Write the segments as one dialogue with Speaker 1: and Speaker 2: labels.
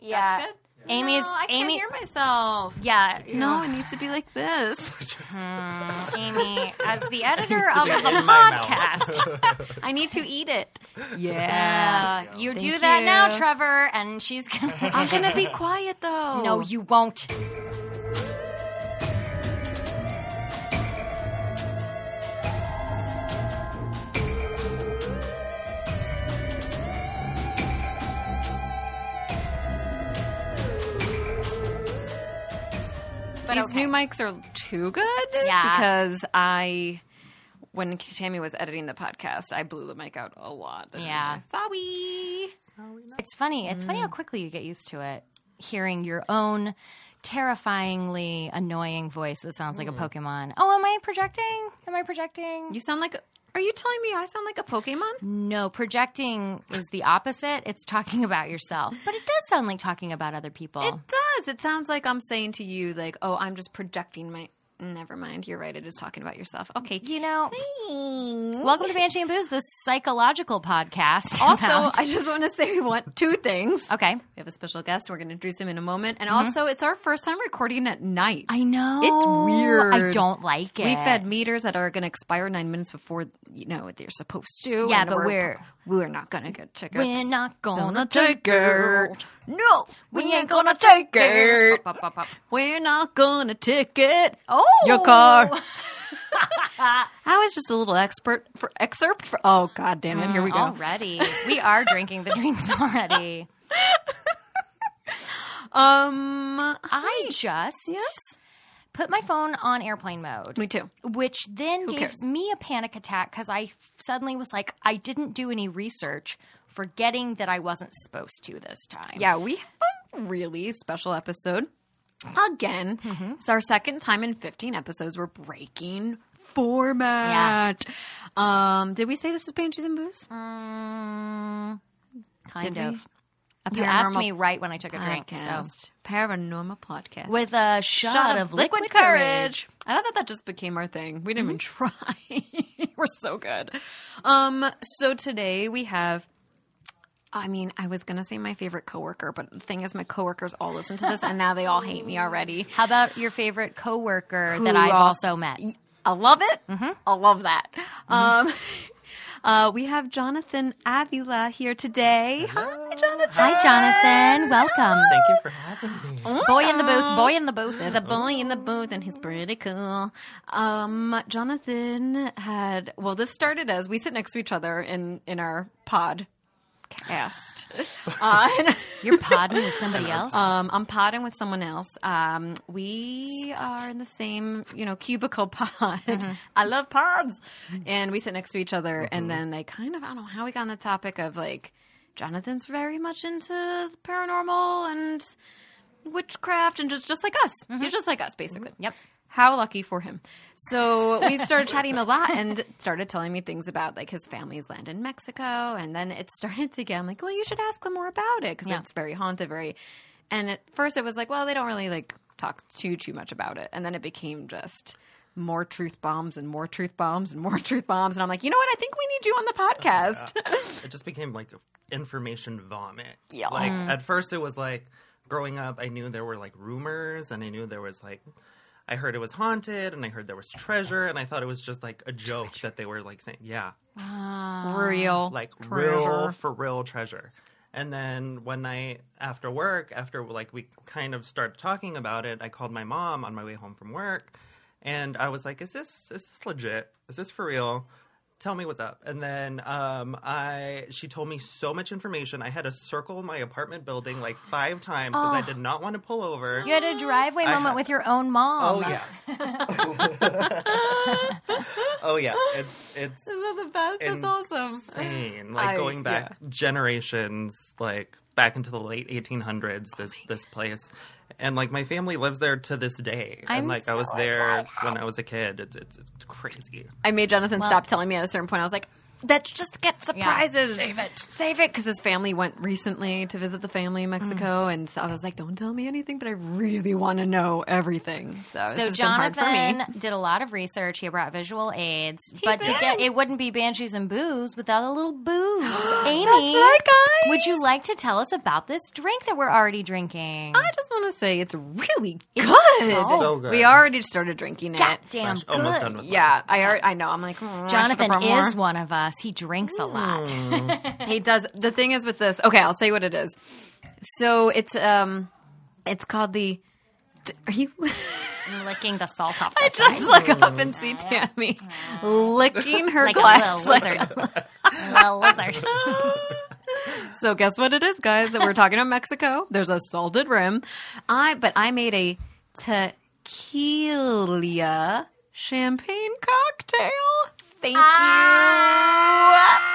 Speaker 1: Yeah.
Speaker 2: That's good.
Speaker 1: Amy's
Speaker 2: No, I can't
Speaker 1: Amy.
Speaker 2: hear myself.
Speaker 1: Yeah.
Speaker 2: No, it needs to be like this.
Speaker 1: Mm, Amy, as the editor of
Speaker 3: be
Speaker 1: the
Speaker 3: in my mouth.
Speaker 1: podcast,
Speaker 2: I need to eat it.
Speaker 1: uh,
Speaker 2: Yeah.
Speaker 1: you do
Speaker 2: Thank
Speaker 1: that now,
Speaker 2: you.
Speaker 1: Trevor, and she's gonna.
Speaker 2: I'm gonna be quiet though.
Speaker 1: No, you won't. But
Speaker 2: These
Speaker 1: okay.
Speaker 2: new mics are too good.
Speaker 1: Yeah.
Speaker 2: Because I, when Tammy was editing the podcast, I blew the mic out a lot. And
Speaker 1: Yeah.
Speaker 2: Sorry.
Speaker 1: It's funny. It's funny how quickly you get used to it. Hearing your own terrifyingly annoying voice that sounds like a Pokemon. Oh, am I projecting? Am I projecting?
Speaker 2: You sound like. Are you telling me I sound like a Pokemon?
Speaker 1: no, projecting is the opposite. It's talking about yourself, but it does sound like talking about other people.
Speaker 2: It does. It sounds like I'm saying to you, like, oh, I'm just projecting my. Never mind. You're right. It is talking about yourself. Okay.
Speaker 1: you know,
Speaker 2: Well,
Speaker 1: welcome to Banshee and Booze, the psychological podcast.
Speaker 2: also,
Speaker 1: about-
Speaker 2: I just want to say we want two things. Mm-hmm.
Speaker 1: okay.
Speaker 2: We have a special guest. We're going to introduce him in a moment. And also, it's our first time recording at night.
Speaker 1: I know
Speaker 2: It's weird.
Speaker 1: I don't like it.
Speaker 2: We fed meters that are going to expire nine minutes before you know they're supposed to.
Speaker 1: Yeah,
Speaker 2: and
Speaker 1: but
Speaker 2: we're we're not going to get tickets.
Speaker 1: We're not gonna
Speaker 2: gonna
Speaker 1: take it.
Speaker 2: No, we ain't gonna take it.
Speaker 1: Pop, pop, pop, pop.
Speaker 2: We're not gonna take it.
Speaker 1: Oh,
Speaker 2: Your car. I was just a little expert for excerpt for. Oh God damn it! Here we go.
Speaker 1: Already. We are drinking the drinks already.
Speaker 2: Um,
Speaker 1: I just
Speaker 2: yes,
Speaker 1: put my phone on airplane mode,
Speaker 2: me too.
Speaker 1: which then gave
Speaker 2: cares?
Speaker 1: me a panic attack because I suddenly was like, I didn't do any research, forgetting that I wasn't supposed to this time.
Speaker 2: Yeah, we have a really special episode. Again,
Speaker 1: Mm-hmm.
Speaker 2: it's our second time in 15 episodes. We're breaking format. Um, did we say this is Banshees and Booze?
Speaker 1: Mm, kind
Speaker 2: Did we?
Speaker 1: of.
Speaker 2: A
Speaker 1: You asked
Speaker 2: paranormal
Speaker 1: me right when I took a drink. So.
Speaker 2: podcast. Paranormal podcast.
Speaker 1: With a shot, of liquid, courage.
Speaker 2: I thought that that just became our thing. We didn't
Speaker 1: Mm-hmm.
Speaker 2: even try. We're so good. Um, so today we have. I mean, I was gonna say my favorite coworker, but the thing is, my coworkers all listen to this, and now they all hate me already.
Speaker 1: How about your favorite coworker
Speaker 2: Who
Speaker 1: that I've
Speaker 2: else?
Speaker 1: also met?
Speaker 2: I love it.
Speaker 1: Mm-hmm.
Speaker 2: I love that. Um, uh, we have Jonathan Avila here today. Hi, Jonathan.
Speaker 1: Hi, Jonathan. Welcome.
Speaker 3: Thank you for having me.
Speaker 1: Boy in the booth. Boy in the booth.
Speaker 2: The boy in the booth, and he's pretty cool. Um, Jonathan had well, this started as we sit next to each other in in our pod cast. uh, and,
Speaker 1: You're podding with somebody else.
Speaker 2: um, I'm podding with someone else. Um, we are in the same you know cubicle pod. I love pods, and we sit next to each other. And then I kind of I don't know how we got on the topic of like Jonathan's very much into paranormal and witchcraft and just just like us. He's just like us basically.
Speaker 1: Yep.
Speaker 2: Mm-hmm. How lucky for him. So we started chatting a lot and started telling me things about like his family's land in Mexico. And then it started to get, I'm like, well, you should ask them more about it because
Speaker 1: Yeah.
Speaker 2: it's very haunted, very. And at first it was like, well, they don't really like talk too, too much about it. And then it became just more truth bombs and more truth bombs and more truth bombs. And I'm like, you know what? I think we need you on the podcast.
Speaker 3: It just became like information vomit.
Speaker 2: Yeah.
Speaker 3: Like at first it was like growing up I knew there were like rumors and I knew there was like I heard it was haunted and I heard there was treasure and I thought it was just like a joke that they were like saying yeah
Speaker 1: Ah.
Speaker 2: Real.
Speaker 3: like real
Speaker 2: treasure.
Speaker 3: for real treasure. And then one night after work, after like we kind of started talking about it, I called my mom on my way home from work, and I was like, "Is this is this legit? Is this for real? Tell me what's up." And then um, I she told me so much information. I had to circle my apartment building like five times because I did not want to pull over.
Speaker 1: you had a driveway
Speaker 3: I
Speaker 1: moment
Speaker 3: had-
Speaker 1: with your own mom.
Speaker 3: Oh yeah. oh yeah. It's it's
Speaker 2: Isn't that the best? That's
Speaker 3: And-
Speaker 2: awesome.
Speaker 3: insane. Like
Speaker 2: I-
Speaker 3: going back generations, like back into the late 1800s. This this place, and like my family lives there to this day.
Speaker 1: I'm
Speaker 3: and like I
Speaker 1: so
Speaker 3: was there when I was a kid. It's it's, it's crazy.
Speaker 2: I made Jonathan
Speaker 1: Well-
Speaker 2: stop telling me at a certain point. I was like, that just get surprises.
Speaker 1: Save it. Mm.
Speaker 2: Save it because his family went recently to visit the family in Mexico, and so I was like, "Don't tell me anything," but I really want to know everything. So, this
Speaker 1: So
Speaker 2: has been hard for me.
Speaker 1: Jonathan did a lot of research. He brought visual aids, but to get it wouldn't be Banshees and Booze without a little booze. Amy,
Speaker 2: right, guys.
Speaker 1: would you like to tell us about this drink that we're already drinking?
Speaker 2: I just want to say it's really good.
Speaker 1: so
Speaker 3: good.
Speaker 2: We already started drinking
Speaker 1: God
Speaker 2: it.
Speaker 1: damn
Speaker 3: Gosh, almost done
Speaker 1: good.
Speaker 3: with
Speaker 2: Yeah, I already, I know. I'm like, "Mm, I should've
Speaker 1: Jonathan
Speaker 2: brought more."
Speaker 1: is one of us. He drinks
Speaker 3: Hmm.
Speaker 1: a lot.
Speaker 2: He does. The thing is with this. Okay, I'll say what it is. So it's um, it's called the. d- Are you?
Speaker 1: I'm licking the salt off.
Speaker 2: I
Speaker 1: this, right?
Speaker 2: just look up and see Tammy licking her
Speaker 1: like a
Speaker 2: glass.
Speaker 1: little lizard. a little lizard.
Speaker 2: so guess what it is, guys? That we're talking about Mexico. There's a salted rim. I but I made a tequila champagne cocktail. Thank
Speaker 1: Ah!
Speaker 2: you.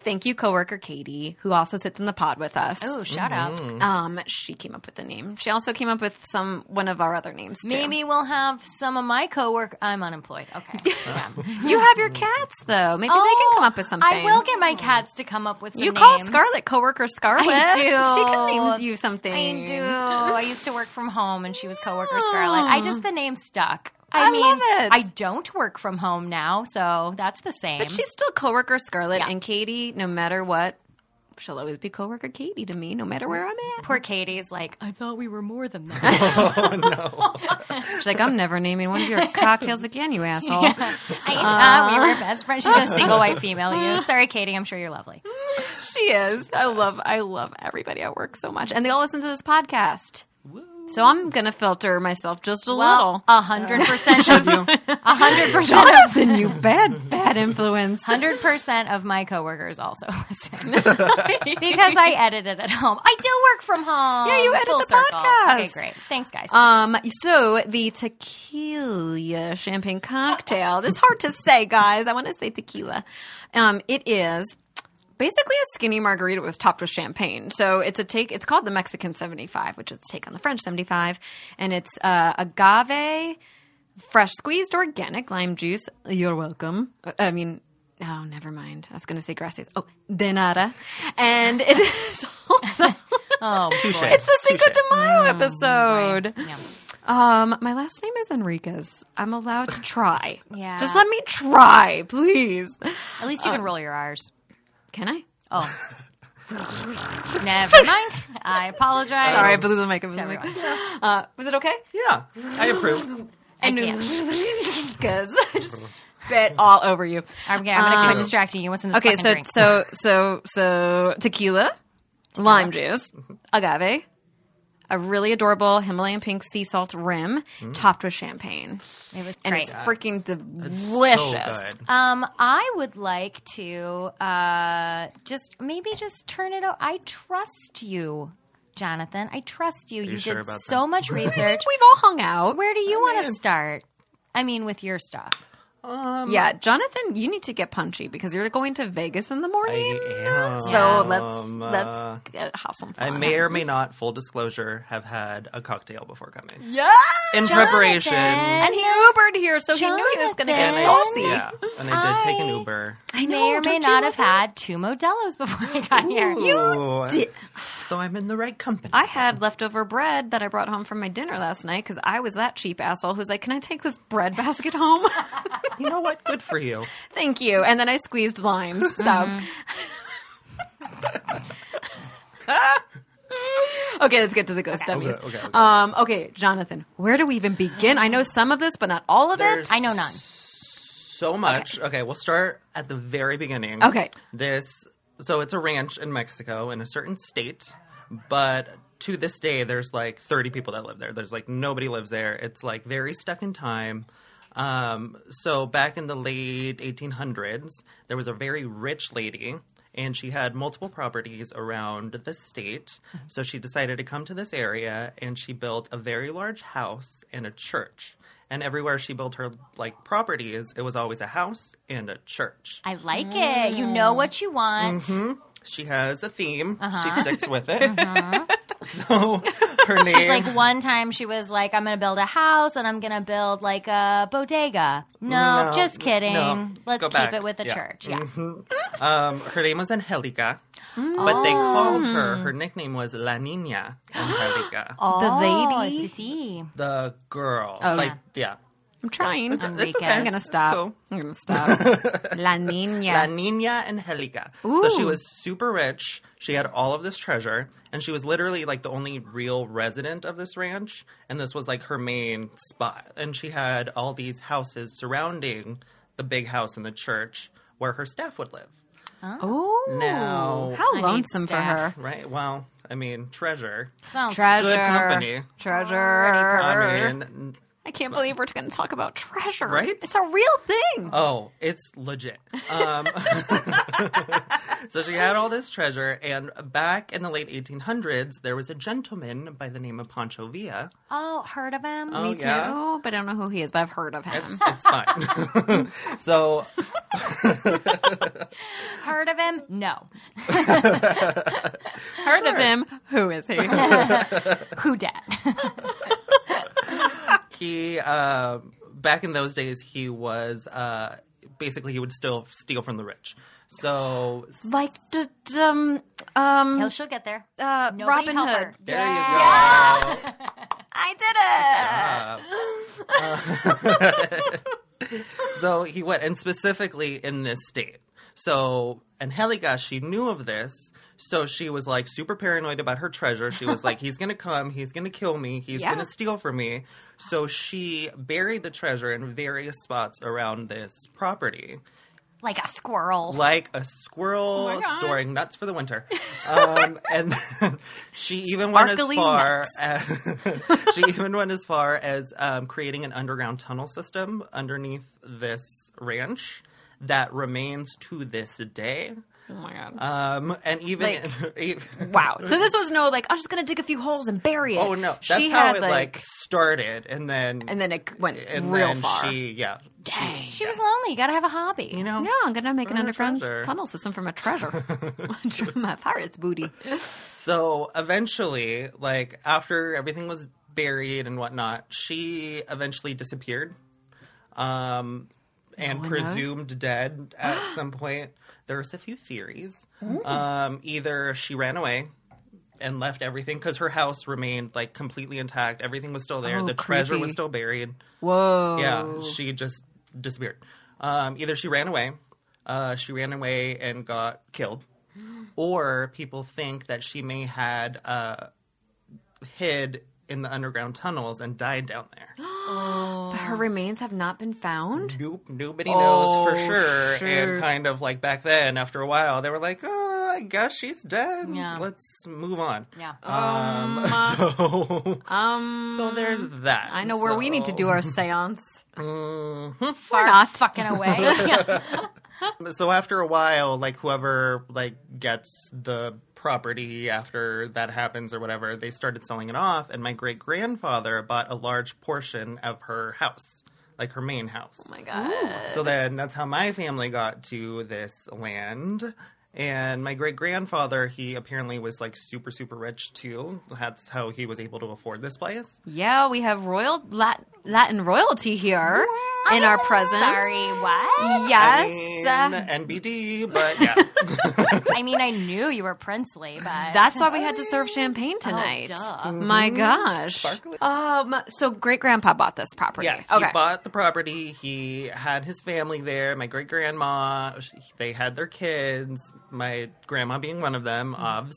Speaker 2: Thank you, coworker Katie, who also sits in the pod with us.
Speaker 1: Oh, shout out.
Speaker 3: Hmm.
Speaker 2: Um, she came up with the name. She also came up with some one of our other names. Too.
Speaker 1: Maybe we'll have some of my cowork. I'm unemployed. Okay. Yeah.
Speaker 2: you have your cats though. Maybe they can come up with something.
Speaker 1: Oh, I will get my cats to come up with some
Speaker 2: You call
Speaker 1: names.
Speaker 2: Scarlet coworker Scarlet.
Speaker 1: I do.
Speaker 2: She can name you something.
Speaker 1: I do. I used to work from home, and she was coworker Scarlett. I just the name stuck. I,
Speaker 2: I
Speaker 1: mean,
Speaker 2: love it.
Speaker 1: I don't work from home now, so that's the same.
Speaker 2: But she's still coworker Scarlet and Katie. No matter what, she'll always be coworker Katie to me. No matter where I'm at,
Speaker 1: Poor Katie's like, I thought we were more than that.
Speaker 2: she's like, "I'm never naming one of your cocktails again, you asshole."
Speaker 1: I
Speaker 2: Uh,
Speaker 1: thought we were best friends. She's a single white female. You, sorry, Katie. I'm sure you're lovely.
Speaker 2: She is. I love. I love everybody at work so much, and they all listen to this podcast. So I'm gonna filter myself just a little.
Speaker 1: a hundred percent of
Speaker 3: You?
Speaker 1: a hundred percent of
Speaker 2: Jonathan, you bad, bad influence.
Speaker 1: hundred percent of my coworkers also listen because I edit it at home. I do work from home.
Speaker 2: Yeah, you edit
Speaker 1: Full
Speaker 2: the
Speaker 1: circle. Okay,
Speaker 2: podcast.
Speaker 1: great. Thanks, guys.
Speaker 2: Um, so the tequila champagne cocktail. It's hard to say, guys. I want to say tequila. Um, it is basically a skinny margarita was topped with champagne. So it's a take. It's called the Mexican seventy five, which is a take on the French seventy five, and it's uh, agave, fresh squeezed organic lime juice. You're welcome. Uh, I mean. Oh, never mind. I was going to say gracias. Oh, de nada. And it is also,
Speaker 1: oh,
Speaker 3: Touche.
Speaker 1: boy.
Speaker 2: it's the Cinco de Mayo episode.
Speaker 1: Yeah.
Speaker 2: Um, my last name is Enriquez. I'm allowed to try.
Speaker 1: Yeah.
Speaker 2: Just let me try, please.
Speaker 1: At least you
Speaker 2: Uh,
Speaker 1: can roll your R's.
Speaker 2: Can I?
Speaker 1: Oh. Never mind. I apologize.
Speaker 2: Sorry, I blew the mic. I blew the mic.
Speaker 1: everyone.
Speaker 2: Uh, was it okay?
Speaker 3: Yeah, I approve.
Speaker 2: And
Speaker 1: can't.
Speaker 2: Enriquez. I just spit all over you.
Speaker 1: I'm, gonna- I'm gonna keep
Speaker 2: Um,
Speaker 1: on distracting you. What's in this
Speaker 2: Okay,
Speaker 1: fucking
Speaker 2: so
Speaker 1: drink?
Speaker 2: so so so tequila, lime juice, agave, a really adorable Himalayan pink sea salt rim topped with champagne,
Speaker 1: it was
Speaker 2: and
Speaker 1: Mm. great.
Speaker 2: it's freaking delicious.
Speaker 3: So Oh, good.
Speaker 1: Um, I would like to uh, just maybe just turn it out. I trust you, Jonathan. I trust you. You, did
Speaker 3: sure about
Speaker 1: so
Speaker 3: that?
Speaker 1: much research.
Speaker 2: We've all hung out.
Speaker 1: Where do you want to start? I mean, with your stuff.
Speaker 3: Um,
Speaker 2: Yeah, Jonathan, you need to get punchy because you're going to Vegas in the morning.
Speaker 3: I
Speaker 2: So
Speaker 1: am,
Speaker 2: let's
Speaker 3: uh,
Speaker 2: let's get, have some
Speaker 3: I
Speaker 2: fun.
Speaker 3: may or may not, full disclosure, have had a cocktail before coming.
Speaker 2: yeah.
Speaker 3: In preparation.
Speaker 1: Jonathan,
Speaker 2: And he Ubered here, so he knew he was going to
Speaker 1: Jonathan.
Speaker 2: get
Speaker 3: And
Speaker 2: saucy.
Speaker 3: I, yeah, and I did take an
Speaker 1: I-
Speaker 3: Uber.
Speaker 2: I
Speaker 1: may or
Speaker 2: don't
Speaker 1: may
Speaker 2: you
Speaker 1: not
Speaker 2: love
Speaker 1: have
Speaker 2: that?
Speaker 1: had two Modelo's before I got here.
Speaker 3: Ooh, So I'm in the right company.
Speaker 2: I had leftover bread that I brought home from my dinner last night because I was that cheap asshole who's like, "Can I take this bread basket home?"
Speaker 3: you know what? Good for you.
Speaker 2: Thank you. And then I squeezed limes. So. okay, let's get to the ghost dummies.
Speaker 3: Okay, okay, okay.
Speaker 2: Um, okay, Jonathan, where do we even begin? I know some of this, but not all of
Speaker 3: There's
Speaker 2: it.
Speaker 1: I know none.
Speaker 3: so much. Okay. we'll start at the very beginning.
Speaker 2: Okay.
Speaker 3: This so it's a ranch in Mexico in a certain state, but to this day there's like 30 people that live there. There's like nobody lives there. It's like very stuck in time. Um, so back in the late 1800s, there was a very rich lady and she had multiple properties around the state. So she decided to come to this area and she built a very large house and a church. And everywhere she built her like properties, it was always a house and a church.
Speaker 1: I like
Speaker 3: Mm. Mm-hmm.
Speaker 1: it. You know what you want.
Speaker 3: She has a theme. She sticks with it. So her name.
Speaker 1: Uh-huh. She's like one time she was like, I'm gonna build a house and I'm gonna build like a bodega. No,
Speaker 3: No,
Speaker 1: just kidding.
Speaker 3: no.
Speaker 1: Let's
Speaker 3: Go
Speaker 1: keep
Speaker 3: back.
Speaker 1: it with the
Speaker 3: Yeah.
Speaker 1: church. Yeah.
Speaker 3: um, her name was Angelica,
Speaker 1: Mm.
Speaker 3: but they called her. Her nickname was La Niña Angelica,
Speaker 1: Oh, I
Speaker 2: lady?
Speaker 1: see.
Speaker 3: the girl.
Speaker 2: Oh,
Speaker 3: like yeah,
Speaker 2: I'm trying.
Speaker 1: Um,
Speaker 2: I'm
Speaker 1: Enriquez.
Speaker 3: okay.
Speaker 2: gonna
Speaker 3: It's
Speaker 2: stop.
Speaker 3: cool.
Speaker 2: I'm gonna stop. La Nina.
Speaker 3: La Niña Angelica. So she was super rich. She had all of this treasure, and she was literally like the only real resident of this ranch. And this was like her main spot. And she had all these houses surrounding the big house and the church where her staff would live.
Speaker 2: Oh,
Speaker 3: Now-
Speaker 2: how
Speaker 1: I need
Speaker 2: lonesome for
Speaker 1: staff.
Speaker 2: her.
Speaker 3: Right? Well, I mean, treasure.
Speaker 1: Sounds
Speaker 2: Treasure.
Speaker 3: company.
Speaker 2: Treasure.
Speaker 3: I mean, n-
Speaker 2: I can't believe we're going to talk about treasure.
Speaker 3: Right?
Speaker 2: It's a real thing.
Speaker 3: oh, it's legit. Um, so she had all this treasure, and back in the late 1800s, there was a gentleman by the name of Pancho Villa.
Speaker 1: Oh, heard of him?
Speaker 3: Oh,
Speaker 2: Me too,
Speaker 3: yeah.
Speaker 2: but I don't know who he is, but I've heard of him.
Speaker 3: It's fine. so
Speaker 1: Heard of him? No.
Speaker 2: heard of him. Who is he?
Speaker 1: Who dat?
Speaker 3: he, uh, back in those days, he was uh, basically he would still steal from the rich. So
Speaker 2: like, d- d- um, um,
Speaker 1: He'll, she'll get there.
Speaker 2: uh,
Speaker 1: Nobody
Speaker 2: Robin
Speaker 1: help her.
Speaker 2: Hood.
Speaker 3: there
Speaker 1: Yeah.
Speaker 3: you go.
Speaker 2: I did
Speaker 3: Uh, so he went, and specifically in this state. So Angelica, she knew of this, so she was like super paranoid about her treasure. She was like, "He's gonna come, he's gonna kill me, he's
Speaker 2: Yeah.
Speaker 3: gonna steal from me." So she buried the treasure in various spots around this property,
Speaker 1: Like a squirrel.
Speaker 3: like a squirrel
Speaker 2: Oh my God.
Speaker 3: storing nuts for the winter. Um, and she even
Speaker 2: Sparkly
Speaker 3: went as far. As, she even went as far as um, creating an underground tunnel system underneath this ranch that remains to this day.
Speaker 2: it. Oh my god.
Speaker 3: Um, and even e-,
Speaker 2: Wow. So this was no like I'm just gonna dig a few holes and bury it.
Speaker 3: oh no, that's
Speaker 2: she
Speaker 3: how
Speaker 2: had
Speaker 3: it like, started, and then
Speaker 2: and then it went
Speaker 3: and
Speaker 2: real
Speaker 3: then
Speaker 2: far.
Speaker 3: She yeah, she,
Speaker 1: She was lonely. You gotta have a hobby.
Speaker 3: you know
Speaker 2: yeah, I'm gonna make an
Speaker 3: Or a
Speaker 2: underground
Speaker 3: treasure.
Speaker 2: tunnel system from a treasure. From my pirate's booty.
Speaker 3: So eventually, like after everything was buried and whatnot, she eventually disappeared, um, and
Speaker 2: one knows?
Speaker 3: presumed dead at some point. There's a few theories. Um, either she ran away and left everything because her house remained like completely intact. Everything was still there.
Speaker 2: Oh,
Speaker 3: the treasure
Speaker 2: creepy.
Speaker 3: was still buried.
Speaker 2: Whoa.
Speaker 3: Yeah, she just disappeared. Um, either she ran away, uh, she ran away and got killed, or people think that she may had uh, hid in the underground tunnels and died down there.
Speaker 2: But her remains have not been found.
Speaker 3: nope, nobody
Speaker 2: Oh,
Speaker 3: knows for sure.
Speaker 2: shoot.
Speaker 3: And kind of like back then, after a while, they were like, "Oh, I guess she's dead.
Speaker 1: Yeah.
Speaker 3: Let's move on."
Speaker 1: Yeah.
Speaker 3: Um, so,
Speaker 2: Um,
Speaker 3: so there's that.
Speaker 2: I know where we need to do our seance.
Speaker 3: Mhm.
Speaker 1: Far
Speaker 2: We're not.
Speaker 1: fucking away. Yeah.
Speaker 3: So after a while, like whoever like gets the property after that happens or whatever, they started selling it off, and my great grandfather bought a large portion of her house, like her main house.
Speaker 2: Oh my god.
Speaker 3: so then that's how my family got to this land. And my great grandfather, he apparently was like super, super rich too. That's how he was able to afford this place.
Speaker 2: Yeah, we have royal Lat- Latin royalty here in
Speaker 1: I
Speaker 2: our
Speaker 3: Ah,
Speaker 1: know.
Speaker 2: presence.
Speaker 1: Sorry, what?
Speaker 2: Yes.
Speaker 3: I mean, NBD, but yeah.
Speaker 1: I mean, I knew you were princely, but
Speaker 2: That's why we had to serve champagne
Speaker 3: Oh,
Speaker 2: tonight.
Speaker 1: duh.
Speaker 2: My
Speaker 3: Mm-hmm.
Speaker 2: gosh.
Speaker 3: Sparkly.
Speaker 2: Um so great grandpa bought this property.
Speaker 3: Yeah, he
Speaker 2: okay.
Speaker 3: bought the property. He had his family there. My great grandma, they had their kids. My grandma being one of them,
Speaker 2: Mm-hmm.
Speaker 3: obvs.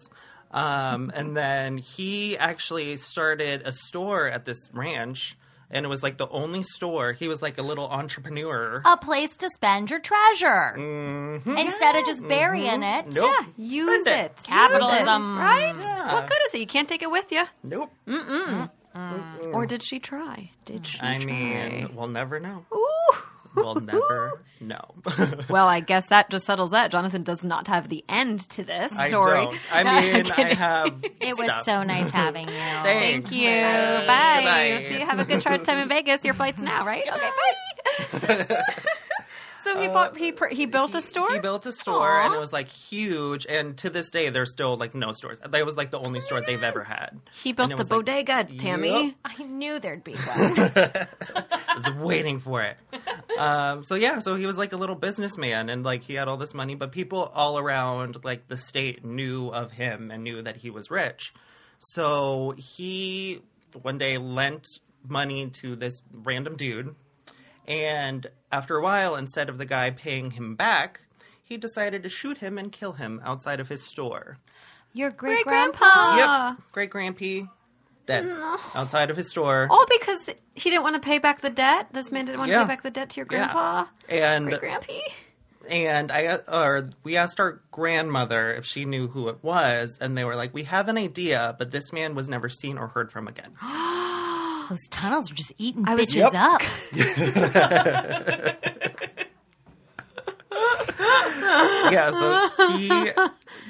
Speaker 3: Um, and then he actually started a store at this ranch, and it was like the only store. He was like a little entrepreneur.
Speaker 2: Oh,
Speaker 1: a place to spend your treasure
Speaker 3: Mhm.
Speaker 1: instead of just burying it.
Speaker 3: Nope.
Speaker 2: yeah, use it.
Speaker 3: Spend it.
Speaker 2: Use
Speaker 1: Capitalism.
Speaker 2: it, right?
Speaker 3: Yeah.
Speaker 2: What good is it? You can't take it with you.
Speaker 3: Nope.
Speaker 2: Mm-hmm.
Speaker 3: Mm.
Speaker 2: Or did she try? Did she
Speaker 3: I
Speaker 2: try?
Speaker 3: mean, we'll never know.
Speaker 2: Ooh.
Speaker 3: We'll never know.
Speaker 2: Well, I guess that just settles that. Jonathan does not have the end to this
Speaker 3: I
Speaker 2: story.
Speaker 3: don't. I mean, I have.
Speaker 1: It was
Speaker 3: stuff.
Speaker 1: so nice having you.
Speaker 3: Thanks.
Speaker 2: Thank you. Bye.
Speaker 3: Goodbye.
Speaker 2: See you. Have a good short time in Vegas. Your flight's now, right? Okay, bye. So he bought he pr- he built a store.
Speaker 3: He built a store and
Speaker 2: Aw.
Speaker 3: it was like huge. And to this day, there's still like no stores. That was like the only store they've ever had.
Speaker 2: He built
Speaker 3: And it
Speaker 2: the
Speaker 3: was, like,
Speaker 2: bodega, Tammy.
Speaker 3: Yup.
Speaker 1: I knew there'd be one.
Speaker 3: I was waiting for it. Um, so yeah, so he was like a little businessman, and like he had all this money, but people all around like the state knew of him and knew that he was rich. So he one day lent money to this random dude, and after a while, instead of the guy paying him back, he decided to shoot him and kill him outside of his store.
Speaker 1: Your great
Speaker 2: Great
Speaker 1: grandpa.
Speaker 2: grandpa. Ah.
Speaker 3: Yep, great grandpy, dead outside of his store.
Speaker 2: All because he didn't want to pay back the debt. This man didn't want to
Speaker 3: Yeah.
Speaker 2: pay back the debt to your
Speaker 3: Yeah.
Speaker 2: grandpa.
Speaker 3: and
Speaker 2: Great grandpa.
Speaker 3: and I or we asked our grandmother if she knew who it was, and they were like, "We have an idea, but this man was never seen or heard from again."
Speaker 1: Those tunnels are just eating
Speaker 2: I was-
Speaker 1: bitches
Speaker 2: Yep.
Speaker 1: up.
Speaker 3: yeah, so he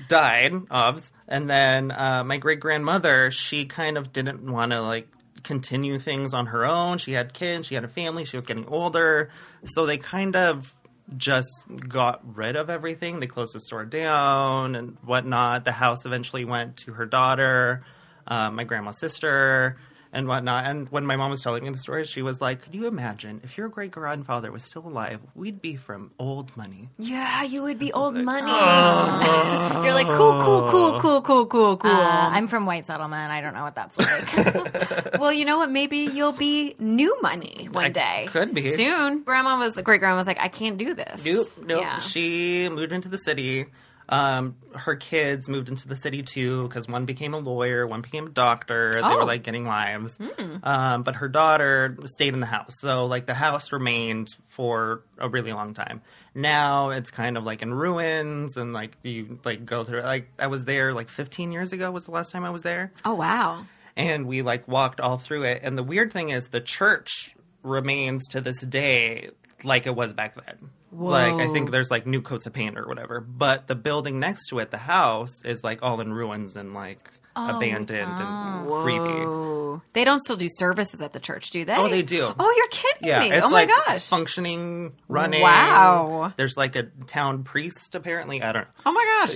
Speaker 3: died, obs, and then uh, my great grandmother, she kind of didn't want to like continue things on her own. She had kids, she had a family, she was getting older, so they kind of just got rid of everything. They closed the store down and whatnot. The house eventually went to her daughter, uh, my grandma's sister. And whatnot. And when my mom was telling me the story, she was like, Could you imagine if your great grandfather was still alive, we'd be from old money.
Speaker 2: Yeah, you would be old money.
Speaker 3: "Oh."
Speaker 2: You're like cool, cool, cool, cool, cool, cool, cool.
Speaker 1: Uh, I'm from White Settlement. I don't know what that's like.
Speaker 2: well, you know what? Maybe you'll be new money one
Speaker 3: I
Speaker 2: day.
Speaker 3: could be.
Speaker 2: soon. Grandma was the great grandma was like, I can't do this.
Speaker 3: Nope, nope.
Speaker 2: Yeah.
Speaker 3: She moved into the city. Um, her kids moved into the city too because one became a lawyer, one became a doctor. They
Speaker 2: Oh. Hmm.
Speaker 3: were like getting lives. Um, but her daughter stayed in the house, so like the house remained for a really long time. Now it's kind of like in ruins, and like you like go through. Like I was there like 15 years ago was the last time I was there
Speaker 2: oh wow.
Speaker 3: and we like walked all through it and the weird thing is the church remains to this day like it was back then like i think there's like new coats of paint or whatever but the building next to it the house is like all in ruins and like abandoned and creepy
Speaker 2: Oh, Whoa. They don't still do services at the church, do they?
Speaker 3: Oh, they do.
Speaker 2: Oh, you're kidding
Speaker 3: yeah
Speaker 2: me.
Speaker 3: it's
Speaker 2: oh my
Speaker 3: like
Speaker 2: gosh.
Speaker 3: functioning running
Speaker 2: Wow.
Speaker 3: there's like a town priest apparently i don't know
Speaker 2: Oh my gosh.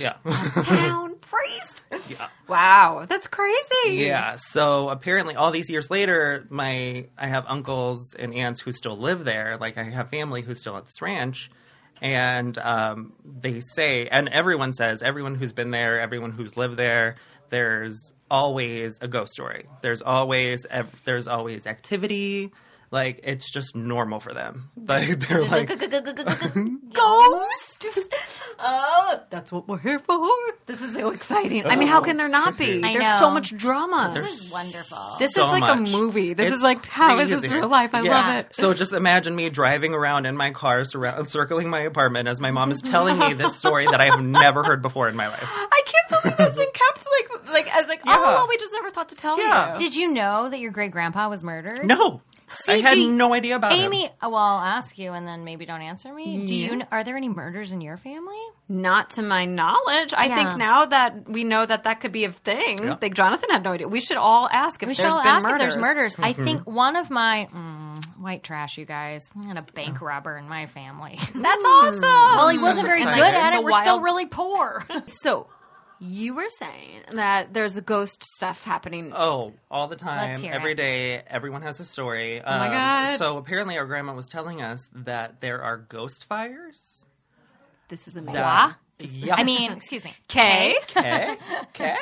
Speaker 3: yeah
Speaker 2: Town priest. Wow. That's crazy.
Speaker 3: Yeah. So apparently, all these years later, my I have uncles and aunts who still live there. Like I have family who's still at this ranch, and um, they say, and everyone says, everyone who's been there, everyone who's lived there, there's always a ghost story. There's always ev- there's always activity. Like it's just normal for them. Like they're like,
Speaker 2: Ghosts. Oh, that's what we're here for. This is so exciting.
Speaker 3: Oh,
Speaker 2: I mean, how can there not be?
Speaker 1: I
Speaker 2: There's
Speaker 1: know.
Speaker 2: so much drama.
Speaker 1: this is wonderful.
Speaker 2: this
Speaker 3: so
Speaker 2: is like
Speaker 3: much.
Speaker 2: a movie. This
Speaker 3: It's
Speaker 2: is like how is this
Speaker 3: crazy.
Speaker 2: real life? I
Speaker 3: Yeah.
Speaker 2: love it.
Speaker 3: So just imagine me driving around in my car, surround, circling my apartment as my mom is telling me this story that I have never heard before in my life.
Speaker 2: I can't believe that's been kept like like as like
Speaker 3: Yeah.
Speaker 2: oh well, we just never thought to tell
Speaker 3: Yeah.
Speaker 2: you.
Speaker 1: Did you know that your great grandpa was murdered?
Speaker 3: No, I had
Speaker 1: do you-
Speaker 3: no idea about him.
Speaker 1: Amy, uh, well, I'll ask you, and then maybe don't answer me. Do you? kn- Are there any murders in your family?
Speaker 2: Not to my knowledge. I
Speaker 1: Yeah.
Speaker 2: think now that we know that that could be a thing,
Speaker 3: Yeah.
Speaker 2: like Jonathan had no idea. We should all ask if
Speaker 1: We should
Speaker 2: there's
Speaker 1: all
Speaker 2: been
Speaker 1: ask
Speaker 2: murders. Mm-hmm.
Speaker 1: if there's murders. I think one of my mm, white trash, you guys, and a bank
Speaker 2: Mm.
Speaker 1: robber in my family.
Speaker 2: That's awesome.
Speaker 1: Hmm. well,
Speaker 2: Mm,
Speaker 1: he wasn't very
Speaker 3: exciting.
Speaker 1: good at it.
Speaker 2: The
Speaker 1: We're still
Speaker 2: wild-
Speaker 1: really poor.
Speaker 2: so you were saying that there's ghost stuff happening.
Speaker 3: Oh, all the time,
Speaker 1: Let's hear
Speaker 3: every
Speaker 1: it.
Speaker 3: day. Everyone has a story. Oh
Speaker 2: my God.
Speaker 3: So apparently, our grandma was telling us that there are ghost fires.
Speaker 2: this is amazing.
Speaker 1: Wha?
Speaker 3: Yeah.
Speaker 1: I mean, excuse me.
Speaker 2: Okay.
Speaker 3: okay. Okay.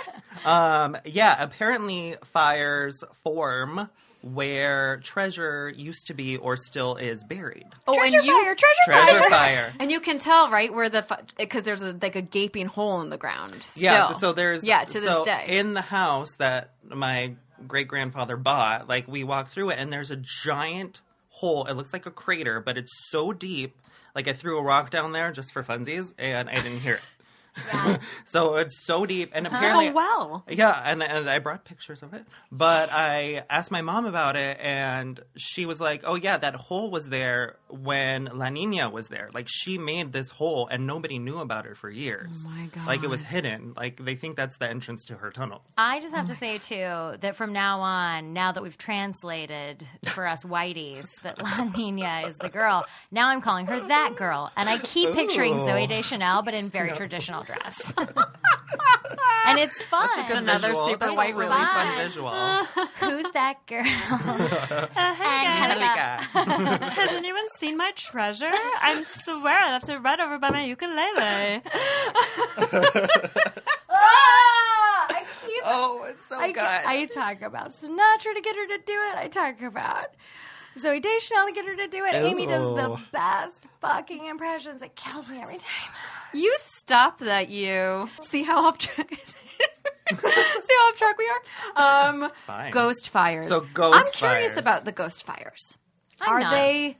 Speaker 3: Um, yeah, apparently fires form where treasure used to be or still is buried.
Speaker 2: Oh,
Speaker 1: Treasure
Speaker 2: and you
Speaker 1: fire, treasure,
Speaker 3: Treasure
Speaker 1: fire.
Speaker 3: fire.
Speaker 2: and you can tell right where the because there's a, like a gaping hole in the ground.
Speaker 3: Yeah,
Speaker 2: still.
Speaker 3: so there's
Speaker 2: yeah to
Speaker 3: so
Speaker 2: this day.
Speaker 3: in the house that my great grandfather bought. Like we walked through it, and there's a giant hole. It looks like a crater, but it's so deep. Like I threw a rock down there just for funsies, and I didn't hear it. so it's so deep, and apparently,
Speaker 2: oh well.
Speaker 3: yeah, and and I brought pictures of it. But I asked my mom about it, and she was like, "Oh yeah, that hole was there when La Nina was there. Like she made this hole, and nobody knew about it for years.
Speaker 2: Oh, my
Speaker 3: Like it was
Speaker 2: God.
Speaker 3: hidden. Like they think that's the entrance to her tunnel.
Speaker 1: I just have
Speaker 3: Oh
Speaker 1: to say too that from now on, now that we've translated for us whiteys that La Nina is the girl, now I'm calling her that girl, and I keep picturing
Speaker 3: Ooh.
Speaker 1: Zoe Deschanel, but in very traditional dress, and it's fun.
Speaker 2: good Another
Speaker 3: visual.
Speaker 2: super
Speaker 3: That's a
Speaker 2: white
Speaker 3: really
Speaker 1: woman.
Speaker 3: fun visual.
Speaker 1: Who's that girl?
Speaker 4: hey
Speaker 1: and Helga.
Speaker 3: Angelica.
Speaker 4: guys. Has anyone seen my treasure? I swear I left it right over by my ukulele.
Speaker 1: Ah, I keep
Speaker 3: oh, it's so
Speaker 1: I, I talk about Sinatra to get her to do it. I talk about Zoe Deschanel to get her to do it. Amy does the
Speaker 3: Ooh.
Speaker 1: best fucking impressions. It kills me every time.
Speaker 4: you stop that, you.
Speaker 2: See how off track. See how off track we are. Um,
Speaker 3: fine.
Speaker 2: ghost fires.
Speaker 3: So ghost
Speaker 2: I'm curious
Speaker 3: fires.
Speaker 2: about the ghost fires.
Speaker 1: I'm
Speaker 2: are
Speaker 1: not.
Speaker 2: they?